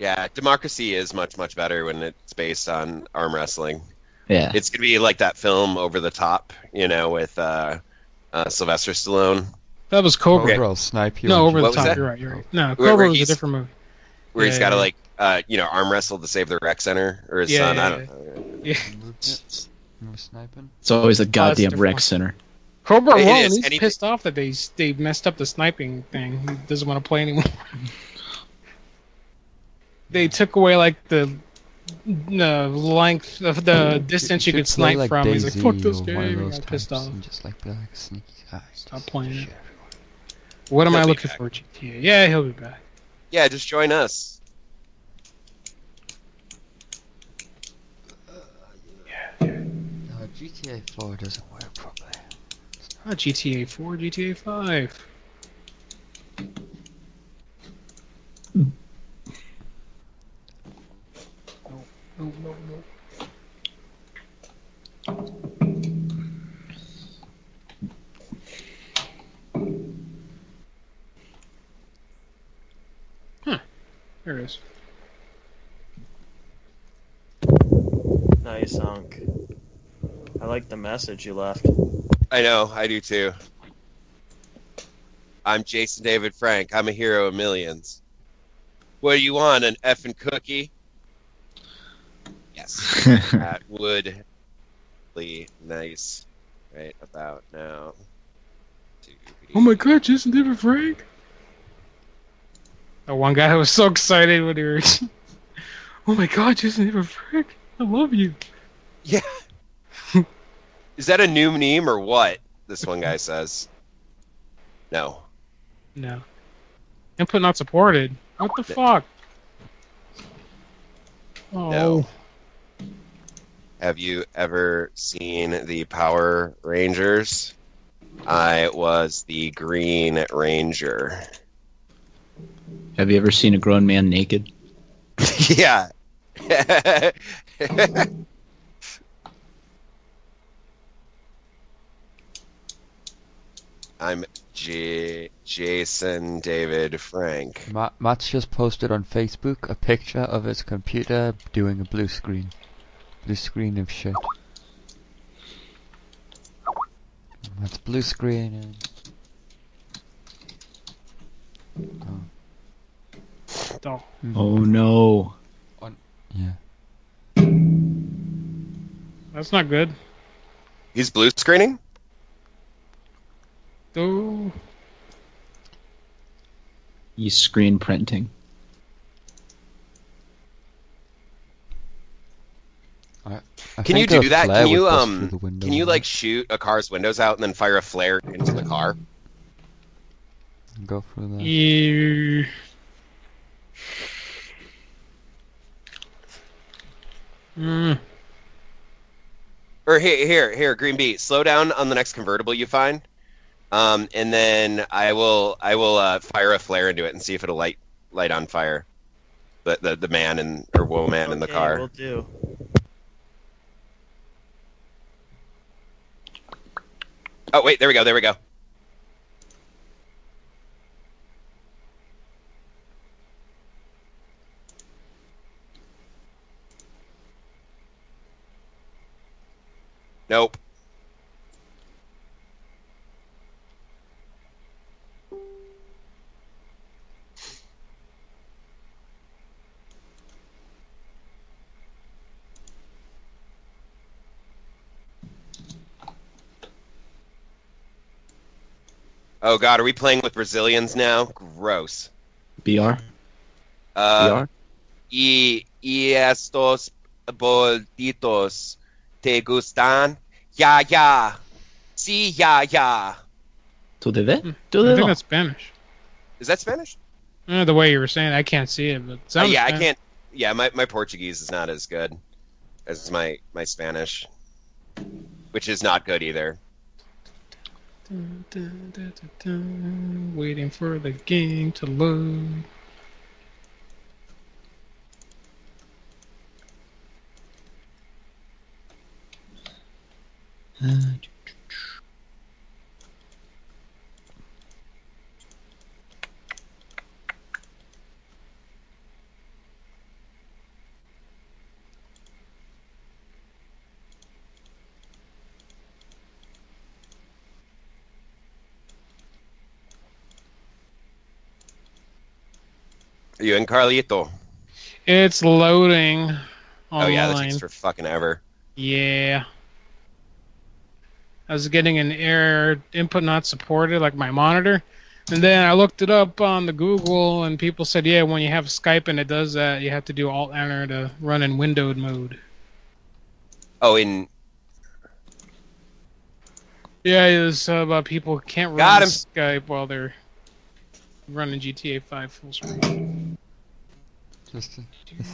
Yeah, democracy is much much better when it's based on arm wrestling. Yeah. It's gonna be like that film Over the Top, you know, with uh, uh, Sylvester Stallone, That was Cobra. Cobra will snipe you. No, and over the What was top. that? You're right. You're right. No, Where- where Cobra was a he's- different movie. where he's Yeah, got to yeah. like, uh, you know, arm wrestle to save the rec center or his Yeah, son. yeah, I don't know. Yeah. you were sniping. It's always a goddamn different rec one. center. Cobra It won. is, He's and he- pissed off that they they messed up the sniping thing. He doesn't want to play anymore. they took away like the the length of the distance you should could play snipe like from. He's DayZ like, fuck this or one of game. I those got pissed types off. and just like be like a sneaky guy. Stop playing it. What am He'll I be looking for? GTA. Yeah, he'll be back. Yeah, just join us. No, GTA 4 Oh, doesn't work properly. Not GTA 4, GTA 5. There it is. Nice, Hunk. I like the message you left. I know, I do too. I'm Jason David Frank. I'm a hero of millions. What do you want, an effing cookie? Yes, that would be nice right about now. Oh my god, Jason David Frank! The one guy was so excited when he was. Oh my god, Jason David Frank! I love you. Yeah. Is that a new meme or what? This one guy says. No. No. Input not supported. What the fuck? Oh. No. Have you ever seen the Power Rangers? I was the Green Ranger. Have you ever seen a grown man naked? yeah. I'm J- Jason David Frank. Ma- Matt's just posted on Facebook a picture of his computer doing a blue screen. Blue screen of shit. That's blue screen and... Oh. Don't. Oh no. Yeah. That's not good. He's blue screening? Oh. You screen printing. I, Can you do that? Can you um can you like shoot a car's windows out and then fire a flare into the car? go through that? You... Mm. Or here here here Green Bee, slow down on the next convertible you find. Um, and then I will I will uh, fire a flare into it and see if it'll light light on fire. The the, the man and or woman in the Okay, car. will do. Oh wait, there we go, there we go. Nope. Oh god, are we playing with Brazilians now? Gross. BR? Uh, y, y estos bolditos te gustan? Ya, ya. Si, ya, ya. Do they that? Hmm. I Do they think that? that's Spanish. Is that Spanish? Eh, the way you were saying, it, I can't see it, but it Uh, sounds yeah, I Spanish. can't. Yeah, my, my Portuguese is not as good as my, my Spanish, which is not good either. Dun, dun, dun, dun, dun. Waiting for the game to load. Are you in Carlito? It's loading online. Oh, yeah, that takes for fucking ever. Yeah. I was getting an error, input not supported, like my monitor. And then I looked it up on the Google, and people said, yeah, when you have Skype and it does that, you have to do Alt Enter to run in windowed mode. Oh, in. Yeah, it was uh, about people can't run Got him. Skype while they're running GTA 5 full screen. Just,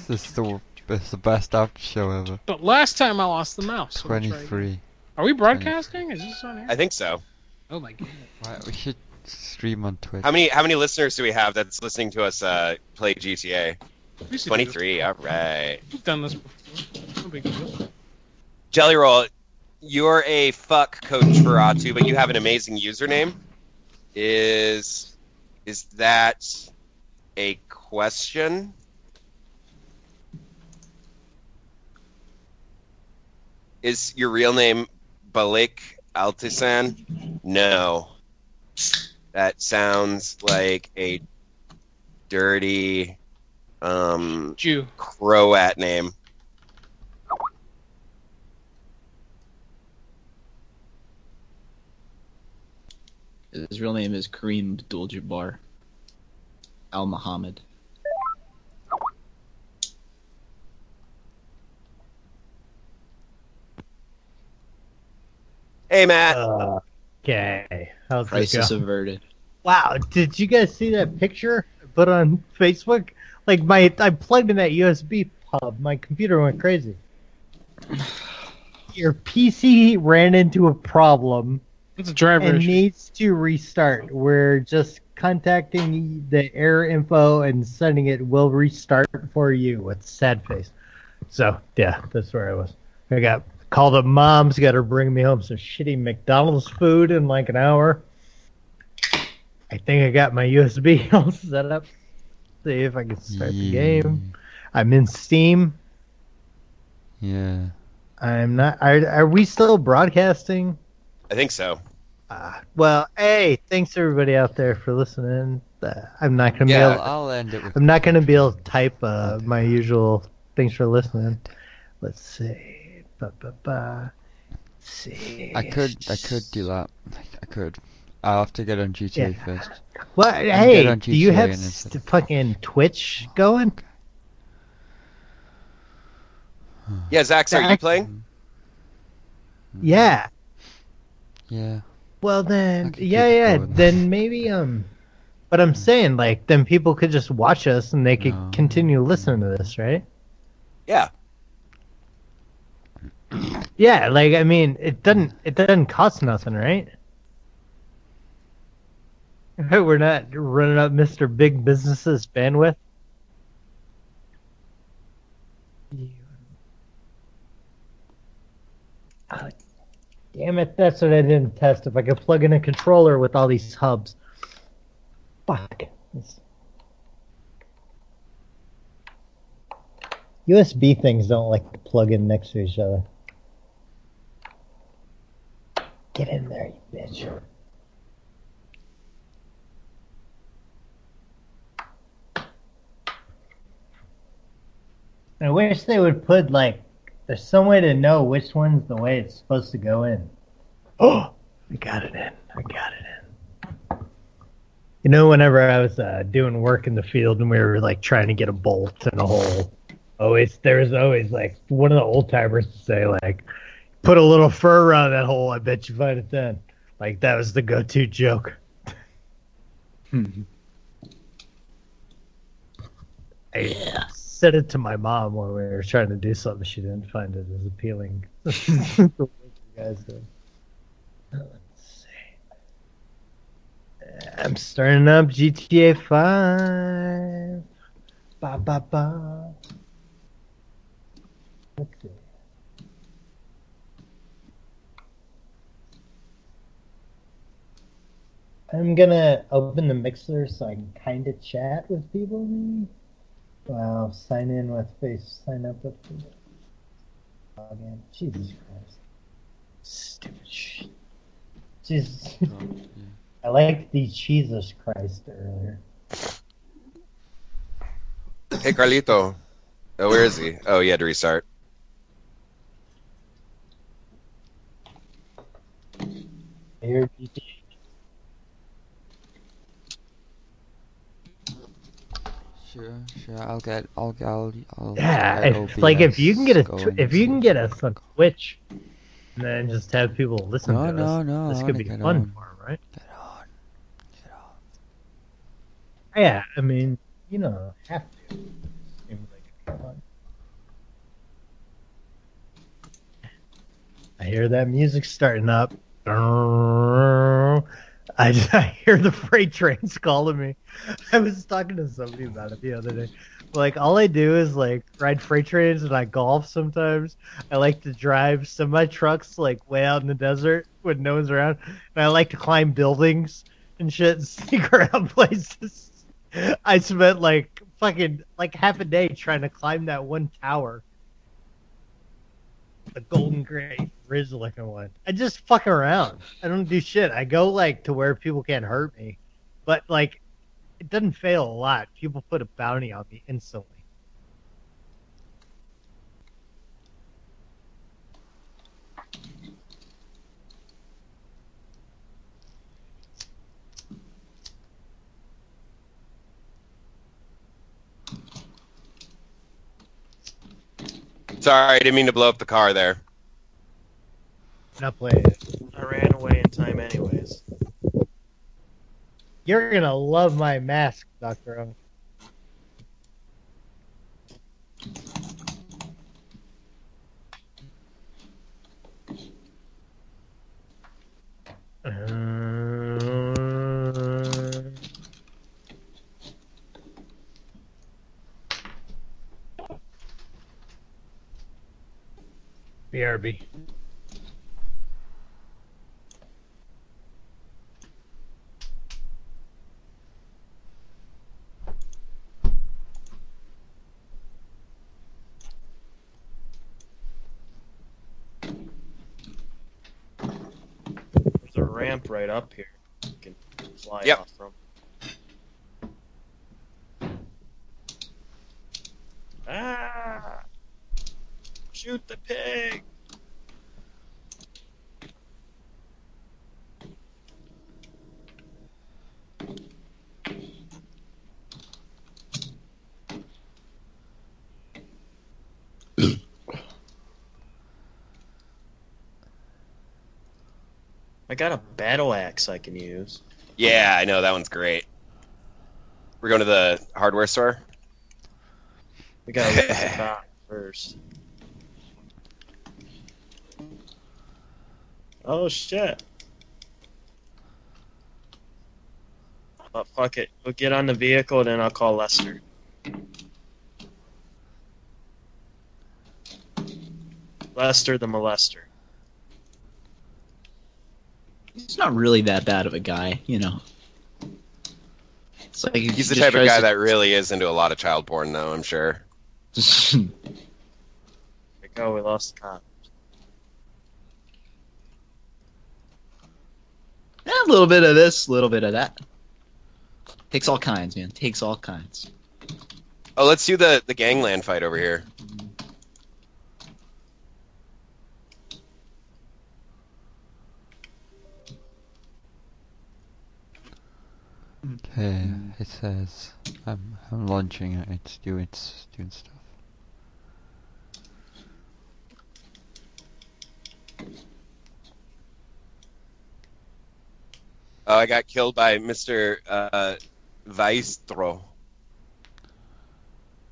this is the it's the best after show ever. But last time I lost the mouse. so I'll try again. 23. Are we broadcasting? Is this on air? I think so. Oh my god. Right, we should stream on Twitch. How many how many listeners do we have that's listening to us uh, play GTA? We should do Twenty three. All right. We've done this before. No big deal. Jelly Roll, you're a fuck coach Ferratu, but you have an amazing username. Is is that a question? Is your real name Balik Altisan? No. That sounds like a dirty um Jew. Croat name. His real name is Kareem Abdul Jabbar Al Muhammad. Hey, Matt. okay. How's Crisis this going? averted. Wow, did you guys see that picture I put on Facebook? Like my, I plugged in that USB pub. My computer went crazy. Your PC ran into a problem. It's a driver and issue. needs to restart. We're just contacting the error info and sending it. will restart for you with sad face. So yeah, that's where I was. I got called up. Mom's got to bring me home some shitty McDonald's food in like an hour. I think I got my USB all set up. See if I can start the game. I'm in Steam. Yeah. I'm not. Are, are we still broadcasting? I think so. Well, hey, thanks everybody out there for listening. Uh, I'm not gonna Yeah, be. Able, I'll end it with- I'm not gonna be able to type uh, my usual. Thanks for listening. Let's see. Ba, ba, ba. Let's see. I could, I could do that. I could. I'll have to get on GTA first. What? And get hey, on do you GTA have and then s- fucking Twitch going? Yeah, Zach, are you playing? Yeah. Yeah. Well then, yeah, yeah. Then maybe um. But I'm saying like then people could just watch us and they could continue listening to this, right? Yeah. Yeah, like I mean, it doesn't it doesn't cost nothing, right? We're not running up Mr. Big Business's bandwidth. Ah, Damn it, that's what I didn't test. If I could plug in a controller with all these hubs. Fuck. This- USB things don't like to plug in next to each other. Get in there, you bitch. I wish they would put like there's some way to know which one's the way it's supposed to go in. Oh, I got it in. I got it in. You know, whenever I was uh, doing work in the field and we were like trying to get a bolt in a hole, always there was always like one of the old timers would say like, "Put a little fur around that hole. I bet you find it then." Like that was the go-to joke. I uh, said it to my mom when we were trying to do something. She didn't find it as appealing. you guys do. I'm starting up GTA 5. Ba ba ba. Let's see. I'm gonna open the mixer so I can kind of chat with people. Maybe. Wow, sign in with face, sign up with people. Log in. Jesus Christ. Stupid shit. Jesus. I liked the Jesus Christ earlier. Hey, Carlito. Oh, where is he? Oh, he had to restart. I hear GTA. Sure, sure. I'll get, I'll, I'll, I'll Yeah, get if, like if you can get a OBS tw- if you can get us on Twitch, and then just have people listen No, to no, us, no, I this wanna could be get fun on. for 'em, right? Get on, get on. Yeah, I mean, you know, have to. Seems like it's fun. I hear that music starting up. I, just, I hear the freight trains calling me. I was talking to somebody about it the other day. Like all I do is like ride freight trains and I golf sometimes. I like to drive semi trucks like way out in the desert when no one's around, and I like to climb buildings and shit, and sneak around places. I spent like fucking like half a day trying to climb that one tower. the golden gray ridge looking one. I just fuck around. I don't do shit. I go like to where people can't hurt me, but like it doesn't fail a lot. People put a bounty on me instantly. Sorry, I didn't mean to blow up the car there. Not playing it. I ran away in time, anyways. You're gonna love my mask, Doctor O. Uh, BRB. There's a ramp right up here. You can fly Yep. off from. Ah! Shoot the pig! I got a battle axe I can use. Yeah, I know that one's great. We're going to the hardware store. We gotta look at the top first. Oh shit. But Oh, fuck it. We'll get on the vehicle and then I'll call Lester. Lester the molester. He's not really that bad of a guy, you know. It's like he He's the just type of tries guy to- that really is into a lot of child porn, though. I'm sure. Like, oh, we lost the cop. Eh, a little bit of this, a little bit of that. Takes all kinds, man. Takes all kinds. Oh, let's do the the gangland fight over here. Okay, it says I'm I'm launching it. It's doing it's doing stuff. Oh, I got killed by Mister uh, Vaistro.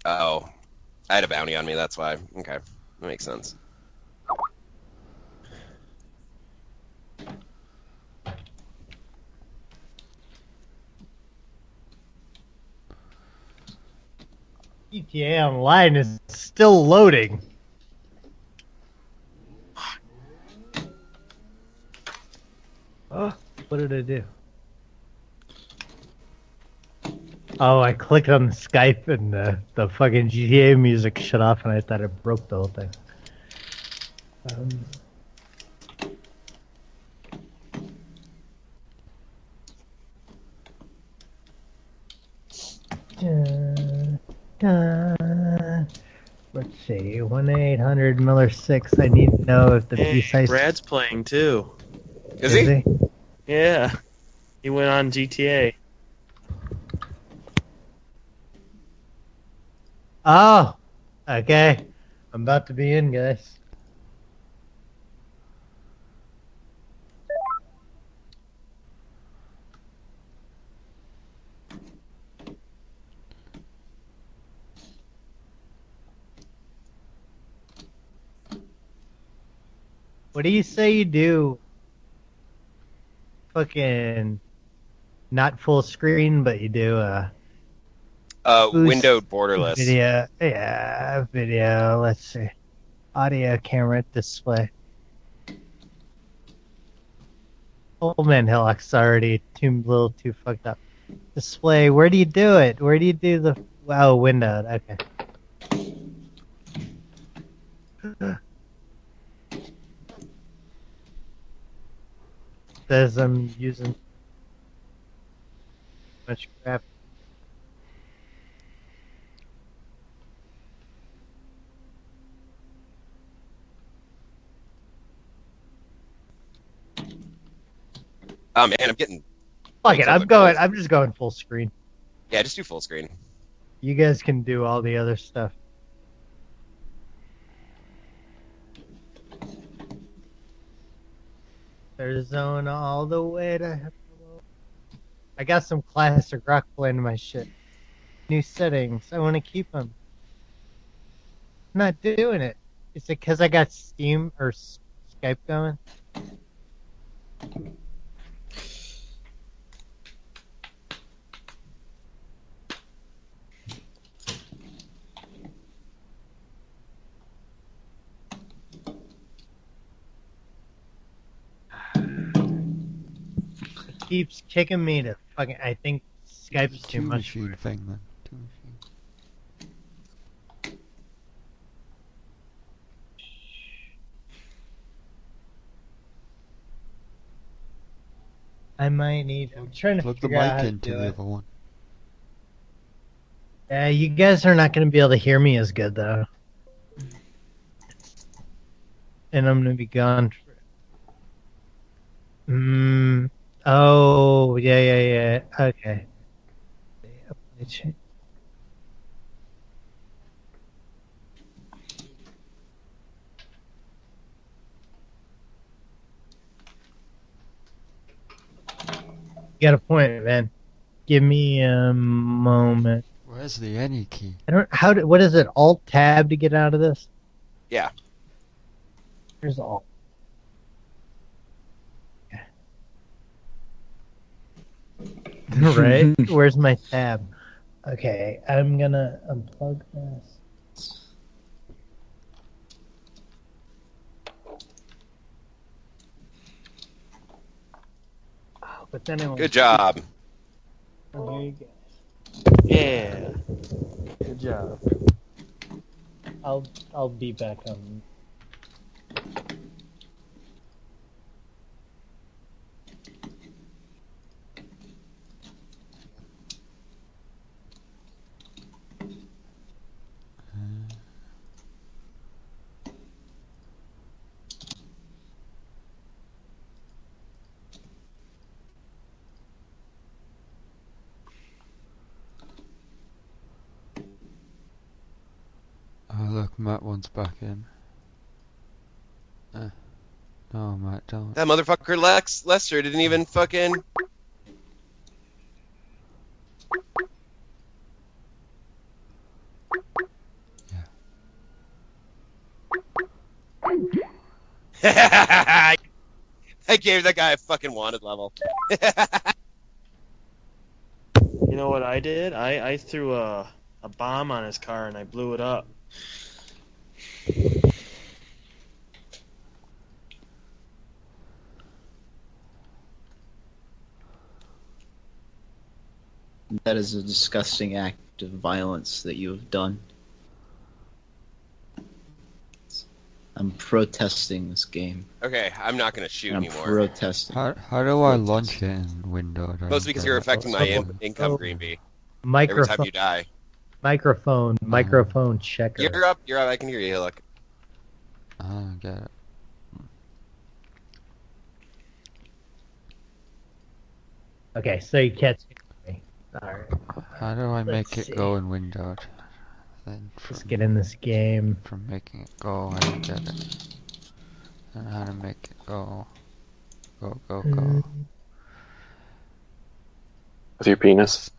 Oh, I had a bounty on me. That's why. Okay, that makes sense. GTA Online is still loading. Oh, what did I do? Oh, I clicked on the Skype and the, the fucking GTA music shut off, and I thought it broke the whole thing. Um, dun. let's see, one eight hundred Miller six. I need to know if the Hey, B-side Brad's playing too. Is he? Yeah. He went on GTA. Oh, okay. I'm about to be in, guys. What do you say you do? Fucking not full screen, but you do uh Uh, Who's- windowed borderless. Video, yeah, video. Let's see, audio, camera, display. Old man Hillock's already too little too fucked up. Display. Where do you do it? Where do you do the? Oh, windowed. Okay. says I'm using much crap. Oh man, I'm getting Fuck it, I'm going. I'm just going full screen. yeah. Just do full screen. You guys can do all the other stuff. Arizona all the way to. I got some classic rock playing in my shit. New settings. I want to keep them. I'm not doing it. Is it because I got Steam or S- Skype going? keeps kicking me to fucking. I think Skype's too Two much. machine thing then. Two machine. I might need. I'm trying to Plug the figure out how mic to into do the it. other one. Yeah, Uh, you guys are not going to be able to hear me as good though, and I'm going to be gone. for- Hmm. Oh, yeah, yeah, yeah. Okay. Apply change. You got a point, man. Give me a moment. Where's the any key? I don't. How? Do, what is it? Alt tab to get out of this. Yeah. Here's all. right? Where's my tab? Okay, I'm gonna unplug this. Oh, but then it won't- Good job. There you go. Yeah. Good job. I'll I'll be back on. Uh, Oh look, Matt wants back in. Uh, no, Matt, don't. That motherfucker Lex Lester didn't even fucking. I gave that guy a fucking wanted level. You know what I did? I, I threw a, a bomb on his car and I blew it up. That is a disgusting act of violence that you have done. I'm protesting this game. okay, I'm not gonna shoot I'm anymore. protesting. How, how do I launch it in window? Mostly because you're affecting my in- income, Green Bee. Every time Microphone. you die, Microphone. Microphone checker. you're up. You're up. I can hear you. Look, I Ah, don't get it. Okay, so you can't see me. Alright. How do I Let's make it see. go in window? Then from, Let's get in this game. from making it go, I don't get it. And how to make it go? Go go Mm. go. With your penis.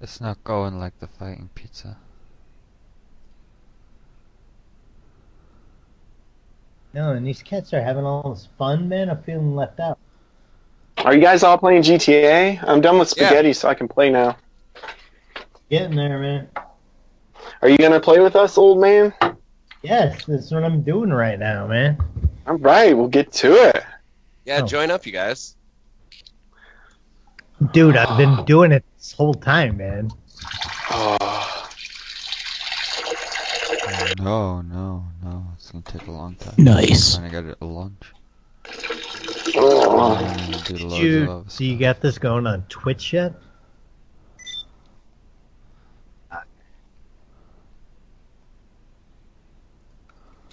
It's not going like the fighting pizza. No, and these cats are having all this fun, man. I'm feeling left out. Are you guys all playing GTA? I'm done with spaghetti, so I can play now. Getting there, man. Are you gonna play with us, old man? Yes, that's what I'm doing right now, man. All right, we'll get to it. yeah, join up, you guys. Dude, I've Ah. been doing it this whole time, man. No, no, no. It's gonna take a long time. Nice. I'm trying to get it to launch. Did you, so you got this going on Twitch yet?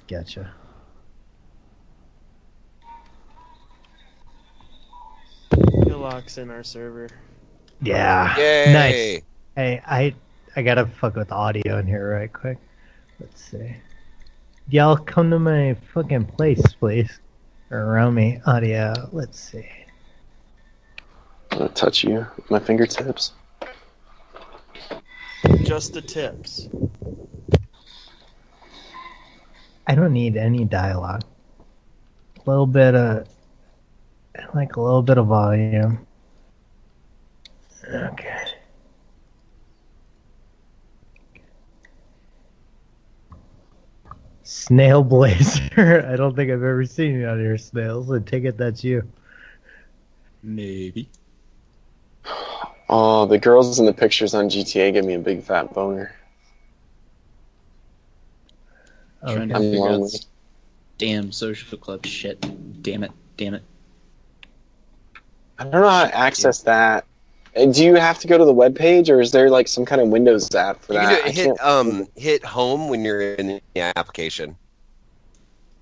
Gotcha. Hillock's in our server. Yeah. Yay. Nice. Hey, I I gotta fuck with audio in here right quick. Let's see. Y'all come to my fucking place, please. Around me, audio. Let's see. I'm gonna touch you with my fingertips. Just the tips. I don't need any dialogue. A little bit of, I like a little bit of volume. Okay. Snail Blazer. I don't think I've ever seen you out here, Snails. I take it that's you. Maybe. Oh, the girls in the pictures on GTA give me a big fat boner. Trying to Okay. figure out Lonely. this damn social club shit. Damn it. Damn it. I don't know how to access that. Uh, Do you have to go to the web page, or is there like some kind of Windows app for You that? can do I it, hit um hit home when you're in the application.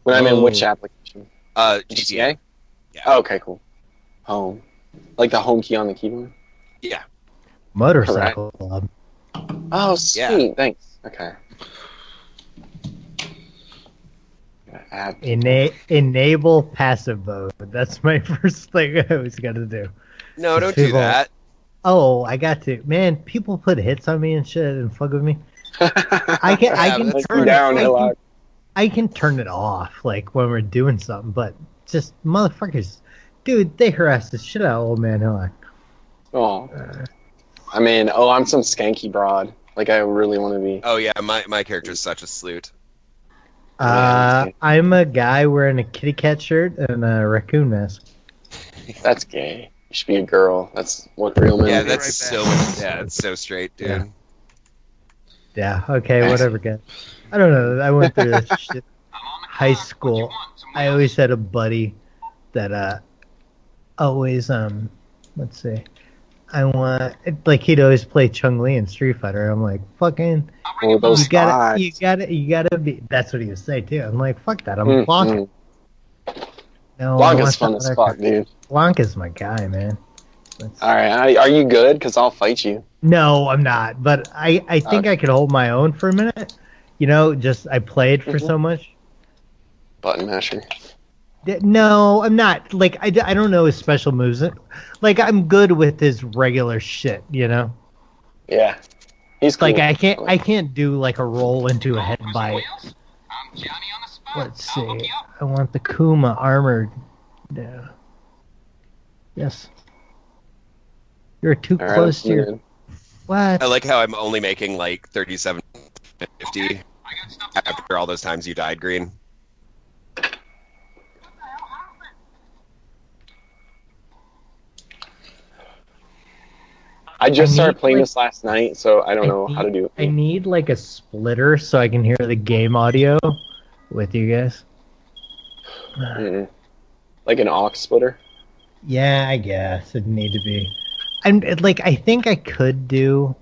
When I'm in Oh. which application? Uh, GTA. Oh, okay, cool. Home, like the home key on the keyboard. Yeah. Motorcycle Club. Oh, sweet. Thanks. Okay. Add Ena- enable passive mode. That's my first thing I always got to do. No, don't do People- that. Oh, I got to. Man, people put hits on me and shit and fuck with me. I can, I Yeah, can that's turn down, I Hillock. can, I can turn it off, like when we're doing something. But just motherfuckers, dude, they harassed the shit out of old man Hillock. Oh. I mean, oh, I'm some skanky broad. Like I really want to be. Oh yeah, my my character is such a sleut. Uh, I'm a guy wearing a kitty cat shirt and a raccoon mask. That's gay. You should be a girl. That's what real men. Yeah, do. that's so yeah, that's so straight, dude. Yeah. Okay. Whatever. Guys. I don't know. I went through this shit. High school. I always had a buddy that uh always um let's see. I want like he'd always play Chung Li in Street Fighter. I'm like fucking. Oh, those you gotta, eyes. you gotta, you gotta be. That's what he would say too. I'm like, fuck that. I'm Mm, Blanca. mm. No, I want Blanca's fun as something fuck, like- dude. Blanca's my guy, man. All right, I, are you good? Because I'll fight you. No, I'm not. But I, I Uh, think I could hold my own for a minute. You know, just I played Mm-hmm. for so much. Button masher. D- No, I'm not. Like I, d- I don't know his special moves. Like I'm good with his regular shit. You know, Yeah. He's like cool. I can't I can't do like a roll into a head bite. Let's see. I want the Kuma armored. No. Yes. You're too All right, close to I'm your. in. What? I like how I'm only making like thirty-seven fifty after all those times you died, Green. I just I started need, playing like- this last night, so I don't know how to do it. I need like a splitter so I can hear the game audio with you guys. uh, Mm-mm. Like an aux splitter. Yeah, I guess it'd need to be. I'm it- like I think I could do,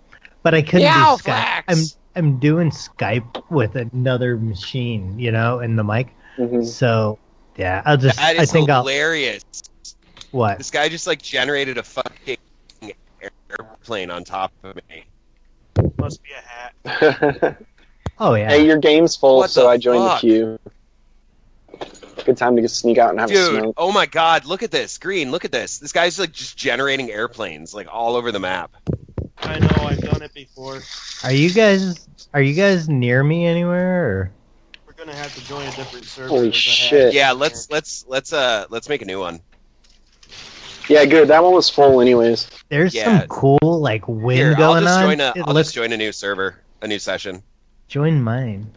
but I couldn't Yeah, do Skype. I'm Flax! I'm doing Skype with another machine, you know, and the mic. Mm-hmm. So yeah, I'll just. That I is think hilarious. I'll what. This guy just like generated a fucking airplane on top of me. Must be a hat. oh yeah. Hey, your game's full, What so the I joined fuck? the queue. Good time to just sneak out and have a Dude, smoke. oh my god, look at this. Green, look at this. This guy's like just generating airplanes like all over the map. I know, I've done it before. Are you guys Are you guys near me anywhere? Or? We're gonna have to join a different server. Holy There's a hat. shit. Yeah, let's let's let's uh let's make a new one. Yeah, good. That one was full, anyways. There's Yeah. some cool like wind Here, I'll going just on. join a it will looks just join a new server, a new session. join mine.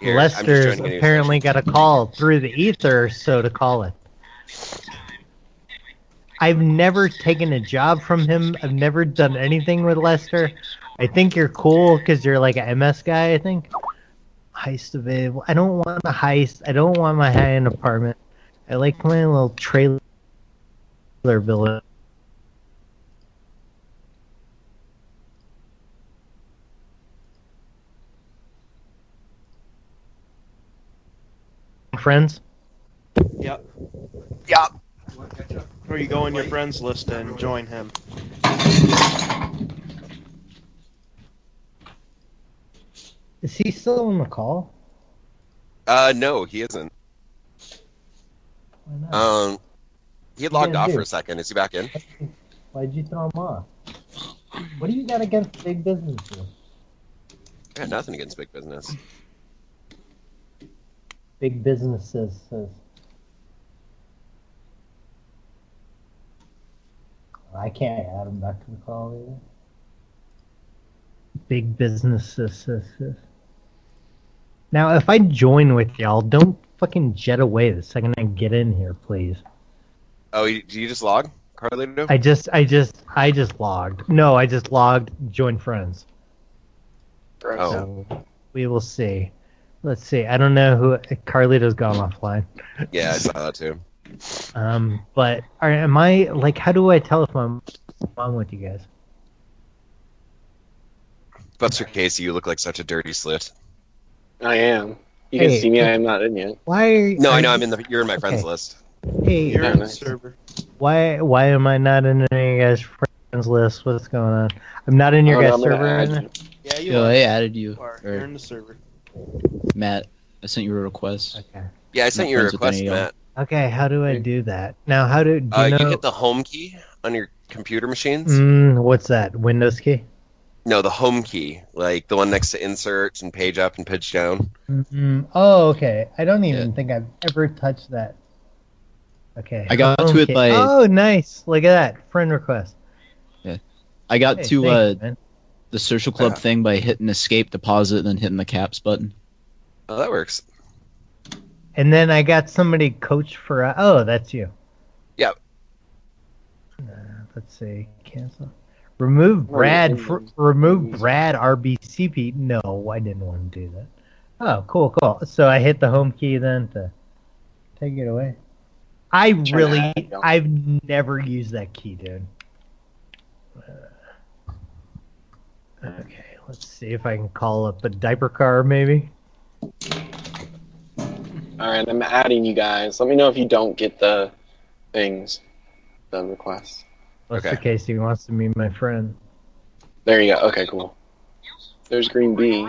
Here, I'm just Lester's joining a new apparently got a call through the ether, so to call it. I've never taken a job from him. I've never done anything with Lester. I think you're cool because you're like a MS guy. I think. heist available. I don't want a heist. I don't want my high end apartment. I like my little trailer villa. Friends? Yep. Yep. Or you go in your friends list and join him. Is he still on the call? Uh, no, he isn't. Um, he logged Yeah, off dude. for a second. Is he back in? Why'd you throw him off? What do you got against big businesses? I got nothing against big business. Big businesses says. I can't add him back to the call either. Big businesses says. Now, if I join with y'all, don't fucking jet away the second I get in here, please. Oh, you- do you just log, Carlito? I just, I just, I just logged. No, I just logged. Join friends. Oh, We will see. Let's see. I don't know who Carlito's gone offline. yeah, I saw that too. Um, but are, am I like? How do I tell if I'm on with you guys? Buster Casey, you look like such a dirty slit. I am. You Hey, can see me. hey. I am not in yet. Why? Are, No, I are know you- I'm in the. You're in my friends Okay. list. Hey, You're in the server. Why? Why am I not in any of you guys' friends list? What's going on? I'm not in your Oh, no, guys' I'm gonna server. add right now? Yeah, Yo, I added you. or You're in the server. Matt, I sent you a request. Okay. Yeah, I sent you a request, Matt. Okay, how do I do that? Now, how do, do uh, you know? you hit the home key on your computer machines. Mm, what's that? Windows key. No, the home key, like the one next to insert and page up and page down. Mm, oh, okay. I don't even think I've ever touched that. Okay. I got to it Okay. by- Oh, nice! Look at that friend request. I got Hey, to uh, thank you, man. the social club thing by hitting escape, deposit, and then hitting the caps button. Oh, that works. And then I got somebody coach for. oh, that's you. Yeah. Let's see. Cancel. Remove Well, Brad. it's in Fr- remove Brad RBCP. No, I didn't want to do that. Oh, cool, cool. So I hit the home key then to take it away. I Sure, really, I don't. I've never used that key, dude. Uh, okay, let's see if I can call up a diaper car, maybe. All right, I'm adding you guys. Let me know if you don't get the things, the requests. That's okay. the case. He wants to meet my friend. There you go. Okay, cool. There's Green Bee.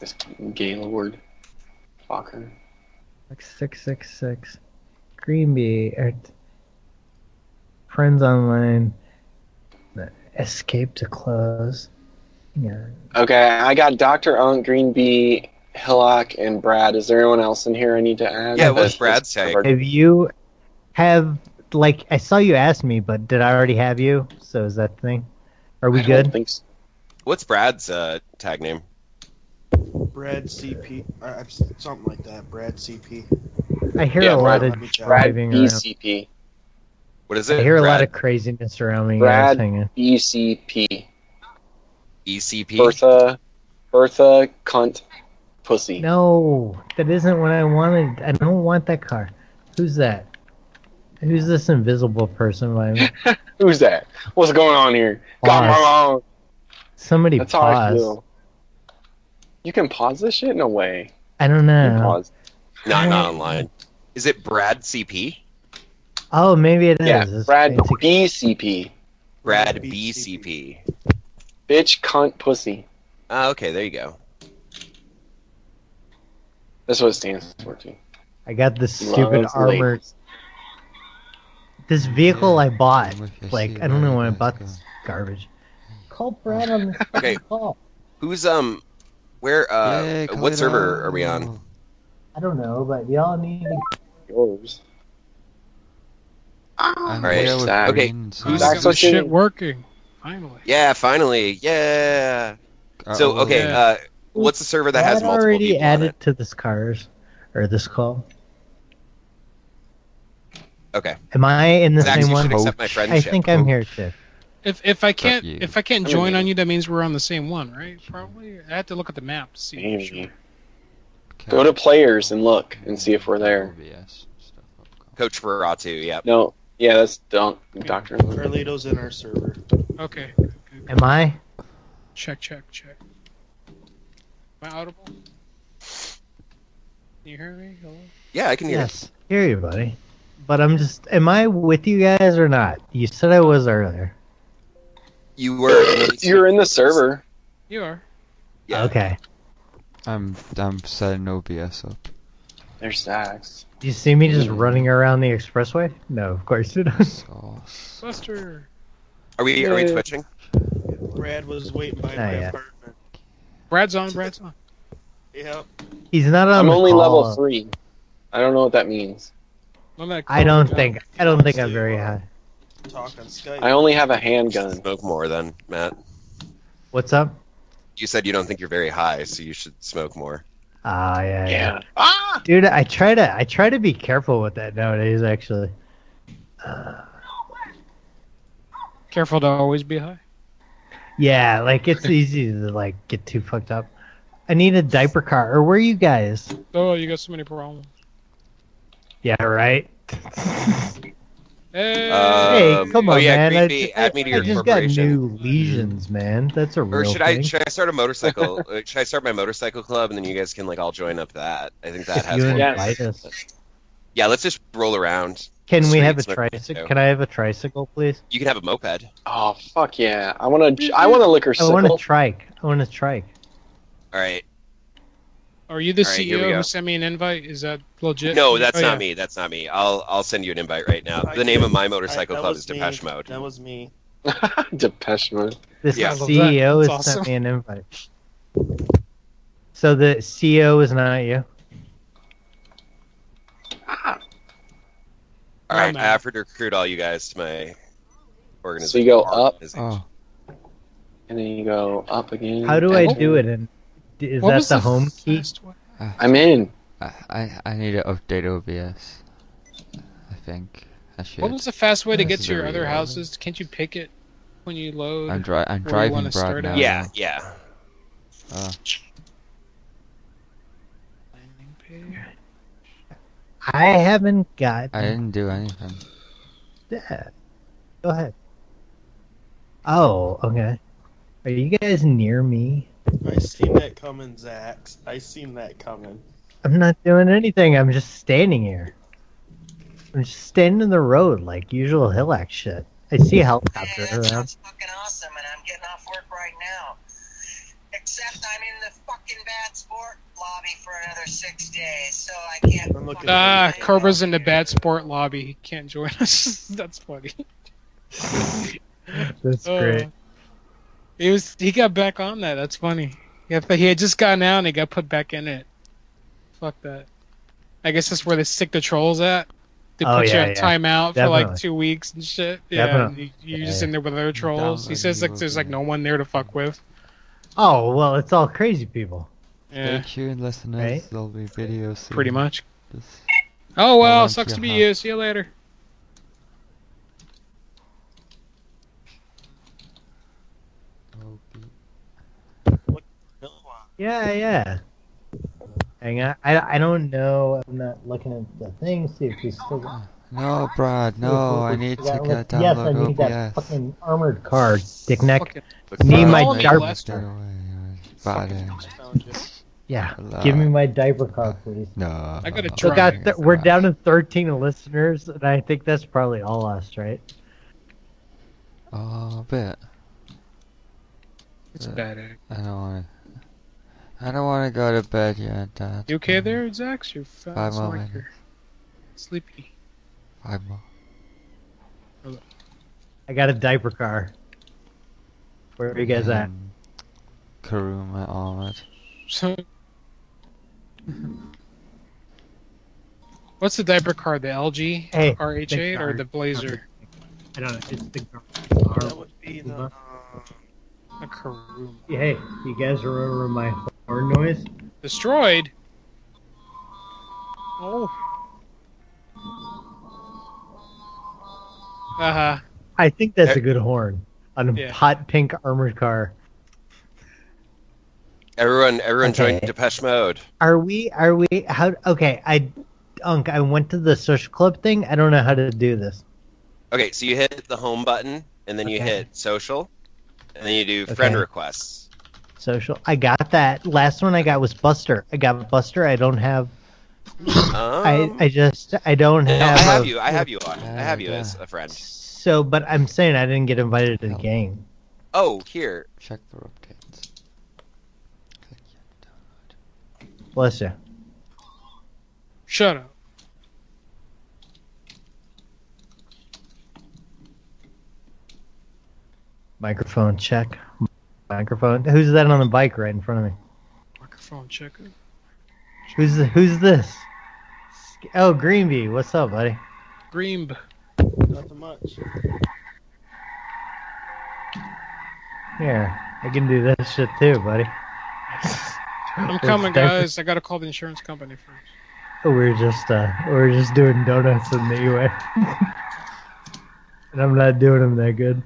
This Gaylord. Fucker. Like six six six, Green Bee, er, t- Friends Online, Escape to Close. Yeah. Okay, I got Dr. Unk, Green Bee, Hillock, and Brad. Is there anyone else in here I need to add? Yeah, what's Brad's tag? Have you have like I saw you ask me, but did I already have you? So is that the thing? Are we good? Thanks. What's Brad's uh, tag name? Brad CP, or, uh, something like that. Brad CP. I hear Yeah, a lot Brad- of Brad driving E around. BCP. What is I it? hear a lot Brad of craziness around me. Brad guys. Hang on. E ECP. ECP. Bertha. Bertha cunt pussy. No, that isn't what I wanted. I don't want that car. Who's that? Who's this invisible person by me? Who's that? What's going on here? Got Pause. my own. Somebody That's how I pause. feel. You can pause this shit? No way. I don't know. Pause. No, I'm not online. Is it Brad CP? Oh, maybe it is. Yeah, It's- Brad BCP. Brad BCP. Bitch, cunt, pussy. Ah, okay, there you go. That's what it stands for, too. I got this Love stupid is late. armor. This vehicle I bought, like I don't know when I bought this garbage. Call Brad on the Okay. call. Who's um, where uh, what server are we on? I don't know, but y'all need. Yours. All right, here with okay. green, so- Who's Back who's- with shit you. Working. Finally. Yeah, finally, yeah. So Uh-oh. okay, Yeah. uh, what's the server that has Brad multiple already people? added to this cars or this call. Okay. Am I in the Zax, same you one? should accept my friendship. I think I'm here too. If if I can't you. if I can't I join mean- on you, that means we're on the same one, right? Probably. I have to look at the map. to See. Maybe. Go to players and look and see if we're there. Coach Ferratu, yeah. No, yeah, that's Don Doctor. Carlito's in our server. Okay. Am I? Check check check. Am I audible? Can you hear me? Hello. Yeah, I can hear. Yes, hear you, buddy. But I'm just. Am I with you guys or not? You said I was earlier. You were. You're in the server. You are. Okay. I'm I'm setting OBS up. There's Dax. Do you see me just running around the expressway? No, of course you don't. Buster. Are we are we Yeah. twitching? Brad was waiting by Not my yet. apartment. Brad's on. Brad's on. Yep. He's not on. I'm the only call. level three. I don't know what that means. I don't think. I don't think I'm very high. Talk on Skype. I only have a handgun. Smoke more then, Matt. What's up? You said you don't think you're very high, so you should smoke more. Ah, yeah, yeah. Dude, I try to. I try to be careful with that nowadays. Actually, Careful to always be high. yeah. Like it's easy to like get too fucked up. I need a diaper car. Or where are you guys? Oh, you got so many problems. Um, Yeah, right. Hey. hey, Um, come oh, on, yeah, man. I, creepy. ju- Add me to I your just got corporation. new lesions, man. That's a Or real should I thing. should I start a motorcycle? uh, should I start my motorcycle club and then you guys can like all join up that? I think that If has. you more- invite us. Yeah, let's just roll around. Can we have a Streets, like, tricycle? so. Can I have a tricycle, please? You can have a moped. Oh fuck yeah! I want to. I want a liquor I want a sickle. trike. I want a trike. All right. Are you the All right, here we CEO go. who sent me an invite? Is that legit? No, that's Oh, not yeah. me. That's not me. I'll I'll send you an invite right now. I the name of couldn't- my motorcycle I- that club was is me. Depeche Mode. That was me. Depeche Mode. This Yeah. CEO E has That's awesome. sent me an invite. So the CEO is not you. All right, I offered to recruit all you guys to my So you organization. go up, and then you go up again. How do I do it? And d- is What that was the, the home key? I'm in. I, I I need to update OBS. I think I should. What was the fast way to This get is to your a other reload. houses? Can't you pick it when you load? I'm dri- I'm where you driving wanna broad start now. at? Yeah, yeah. Uh, I haven't got. I didn't do anything. that. Go ahead. Oh, okay. Are you guys near me? I seen that coming, Zax. I seen that coming. I'm not doing anything. I'm just standing here. I'm just standing in the road like usual hillack shit. I see a helicopter around. Ah, Kerber's in the bad sport lobby. He can't join us. That's funny. That's Oh. great. He was he got back on that. That's funny. Yeah, but he had just gotten out and he got put back in it. Fuck that. I guess that's where they stick the trolls at. They Oh, put yeah, you on yeah. timeout for like Definitely. two weeks and shit. Yeah, and you, Definitely. you're Yeah, just yeah. in there with other trolls. He says like there's like no one there to fuck with. Oh well, it's all crazy people. Yeah. Stay tuned, listeners. There'll be videos. Soon. Pretty much. Just- Oh well, on to sucks your to be house. you. See you later. Yeah, yeah. Hang on. I, I don't know. I'm not looking at the thing. See if he's still. got- No, Brad. No, I need to get That was- yes, I download need that OBS. fucking armored car, dick neck. Fucking- Need Fuck. my Only diaper. Lester. Body. Yeah, Hello. give me my diaper car, please. No. Uh, I gotta We try. got th- we're down to 13 listeners, and I think that's probably all us, right? Oh, a bit. It's Uh, bad. eh? I don't want to. I don't want to go to bed yet, Dad. You okay there, Zax? You're fat. Five It's more like minutes. you're sleepy. Five more. I got a diaper car. Where are you guys at? Um, Karuma Ahmed. So, what's the diaper card? The LG Hey, RH8 the or card. the Blazer? I don't know. It's the car. That would be the. Um, A Karuma. Hey, you guys remember my horn noise? Destroyed. Oh. Uh huh. Uh-huh. Uh, I think that's a good horn. on a hot pink armored car. Everyone, everyone Okay. joined Depeche Mode. Are we? Are we? How? Okay, I, Unc, I went to the social club thing. I don't know how to do this. Okay, so you hit the home button, and then you Okay. hit social, and then you do friend Okay. requests. Social. I got that. Last one I got was Buster. I got Buster. I don't have. I I just I don't Um, No, have. I have a- you. I have you on. I have you as a friend. So, but I'm saying I didn't get invited to the game. Oh, here. Check the update. Bless you. Shut up. Microphone check. Microphone. Who's that on the bike right in front of me? Microphone checker. Who's the, who's this? Oh, Greenby. What's up, buddy? Greenb. Nothing much. Here, I can do this shit too, buddy. I'm coming, guys. I gotta call the insurance company first. We We're just uh, we we're just doing donuts in the UA, and I'm not doing them that good.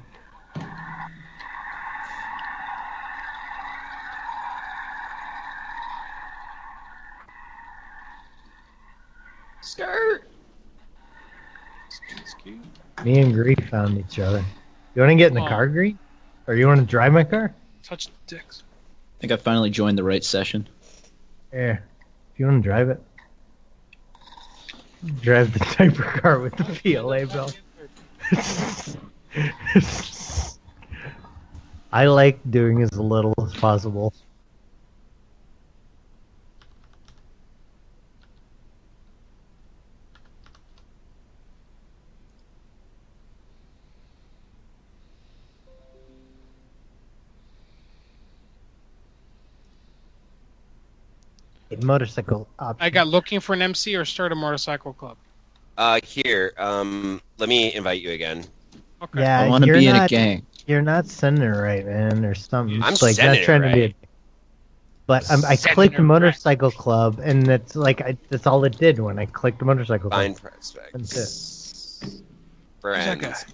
Skirt. Me and Gree found each other. You want to get in the Aw. car, Gree, or you want to drive my car? Touch the dicks. I think I finally joined the right session. Yeah, if you want to drive it, drive the typer car with the PLA belt. I like doing as little as possible. A motorcycle option. I got looking for an MC or start a motorcycle club. Uh, here. Um, let me invite you again. Yeah, I wanna you're be in a not- gang. You're not sending it right, man, or something. I'm It's like sending not it trying to be. A, right. but um, I Sending clicked it right. motorcycle club, and that's like I, that's all it did when I clicked motorcycle Find club. prospects. Friends.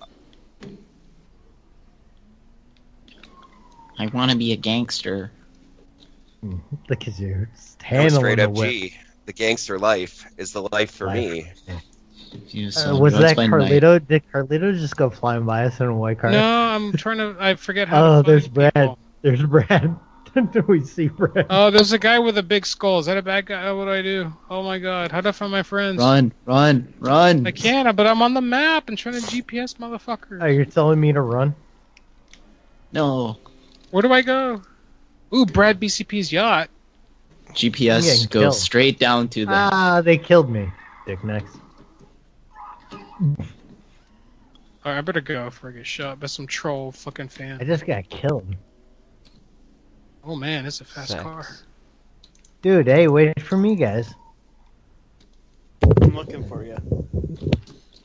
I want to be a gangster. Look at you, just No, handling straight the up whip. G. The gangster life is the life for me. Uh, was that Carlito? Did Carlito just go flying by us in a white car? No, I'm trying to. I forget how. Oh, to there's find- Brad. There's Brad. we see Brad. Oh, there's a guy with a big skull. Is that a bad guy? Oh, What do I do? Oh my god! How do I find my friends? Run, run, run! I can't, but I'm on the map and trying to GPS, motherfucker. Oh, you're telling me to run? No, Where do I go? Ooh, Brad BCP's yacht. I'm getting GPS goes killed. straight down to the. Ah, they killed me. Dick next. All right, I better go before I get shot by some troll fucking fan. I just got killed. Oh man, it's a fast car. Dude, hey, wait for me, guys. I'm looking for you.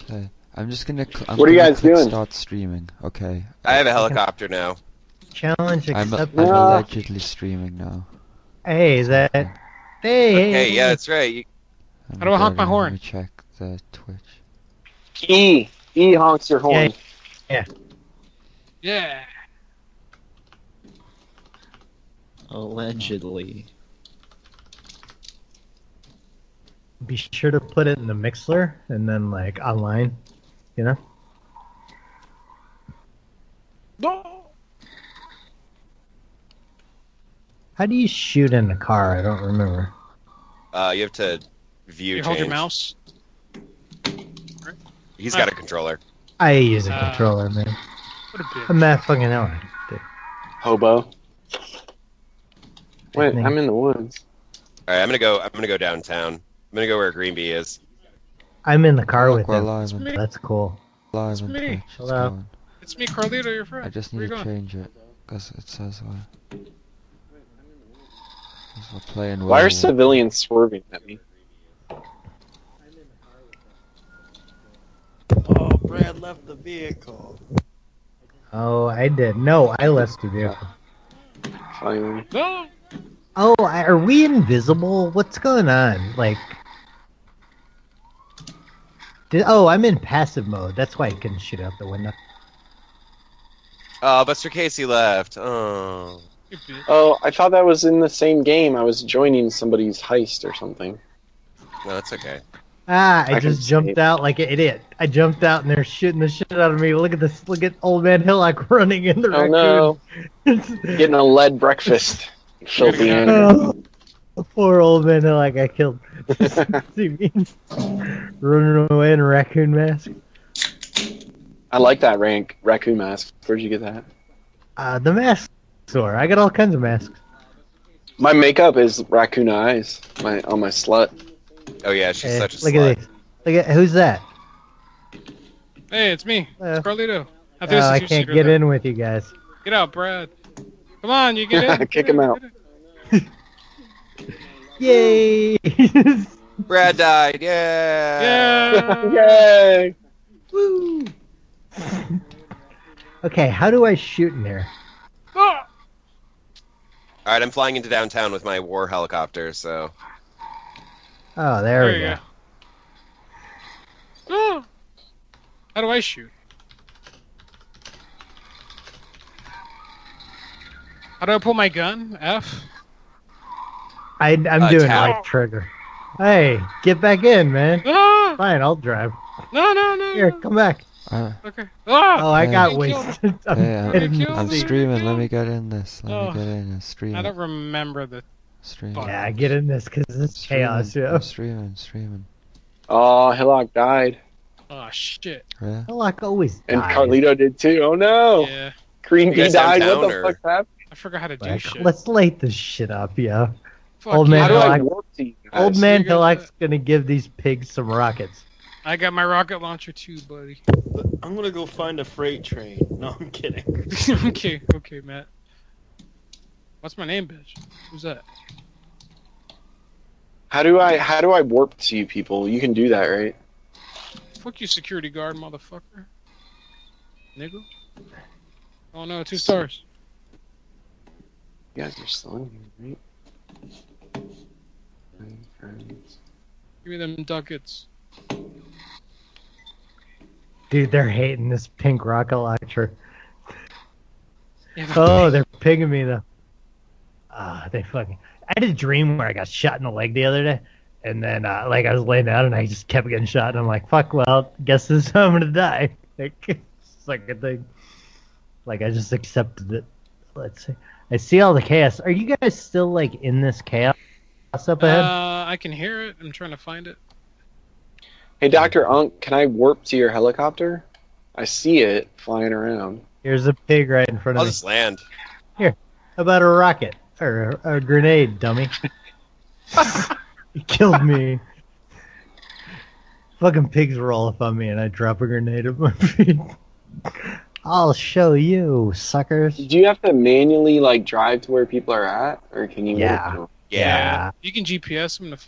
Okay. I'm just gonna. Cl- I'm What are you gonna guys click doing? Start streaming. Okay. I have a helicopter now. Challenge I'm, I'm accepted. allegedly streaming now. Hey, is that. Hey, hey, Hey, hey. yeah, that's right. You- I'm How do I honk my logging. Let horn? me check the Twitch. E E honks your horn. Yeah. Yeah. Allegedly. Be sure to put it in the Mixler and then, like, online. You know? No. How do you shoot in a car? I don't remember. Uh, you have to view You change. hold your mouse. He's got a controller. I use a Uh, controller, man. What a bitch. I'm not fucking out. Hobo. Wait, I'm in the woods. All right, I'm gonna go. I'm gonna go downtown. I'm gonna go where Greenby is. I'm in the car with we're him. live on- That's cool. Live on me. Twitch. It's Hello. going. It's me, Carlito, your friend. I just Where need you to going? change it because it says uh, 'cause we're playing. Why are World War- civilians swerving at me? Oh, Brad left the vehicle. Oh, I did. No, I left the vehicle. Finally. No. Oh, I- are we invisible? What's going on? Like, did, oh, I'm in passive mode. That's why I couldn't shoot out the window. Oh, Buster Casey left. Oh. Oh, I thought that was in the same game. I was joining somebody's heist or something. No, that's okay. Ah, I, I can just jumped out like an idiot. I jumped out and they're shooting the shit out of me. Look at this. Look at old man Hillock running in the Oh raccoon. no, getting a lead breakfast. Filthy animal. Oh, poor old man Hillock got killed. See me running away in a raccoon mask. I like that rank raccoon mask. Where'd you get that? Uh, the mask store. I got all kinds of masks. My makeup is raccoon eyes. My on my slut. Oh yeah, she's Eh, such a look slut. at this. Look at who's that? Hey, it's me. It's Carlito. I, Oh, I can't get in with you guys. Get out, Brad. Come on, you get in. Kick him out. Yay! Brad died. Yeah. Yay! Woo! okay, how do I shoot in there? Oh, All right, I'm flying into downtown with my war helicopter. So Oh, there, There we you go. Ah. How do I shoot? How do I pull my gun? F. I, I'm Uh, doing tap. light trigger. Hey, get back in, man. Ah! Fine, I'll drive. No, no, no. Here, come back. Uh, Okay. Ah! Oh, I Hey. got You wasted. I'm hey, kidding. I'm, I'm streaming. Let me get in this. Let Oh. me get in and stream. I it. don't remember the. Stream. button. Yeah, get in this because this is Streaming, chaos, I'm yo. streaming, streaming. Oh, Hillock died, Oh shit. Yeah. Hillock always and dies. Carlito did too. Oh no, Yeah. Green You Pea guys died. downtown, What the or- fuck's happening? I forgot how to do Like, shit. let's light this shit up, yo. Fuck old you. man How do I Hillock, warp to you guys? old man You guys- Hillock's gonna give these pigs some rockets. I got my rocket launcher too, buddy. I'm gonna go find a freight train. No, I'm kidding. okay, okay, Matt. What's my name, bitch? Who's that? How do I how do I warp to you people? You can do that, right? Fuck you, security guard, motherfucker. Nigga. Oh no, two stars. You guys are still in here, right? Friends. Give me them ducats. Dude, they're hating this pink rocket launcher. Yeah, but- Oh, they're pinging me though. Ah, they fucking. I had a dream where I got shot in the leg the other day, and then uh, like I was laying down and I just kept getting shot, and I'm like, fuck, well, guess this is how I'm gonna die. Like, it's like a thing. Like I just accepted it. Let's see. I see all the chaos. Are you guys still like in this chaos up ahead? Uh, I can hear it. I'm trying to find it. Hey, Doctor Unk, can I warp to your helicopter? I see it flying around. Here's a pig right in front I'll of me. just land. How about a rocket or a, a grenade, dummy? you killed me. Fucking pigs roll up on me and I drop a grenade at my feet. I'll show you, suckers. Do you have to manually like drive to where people are at, or can you? warp Yeah. to 'em? Yeah. You can GPS them to find.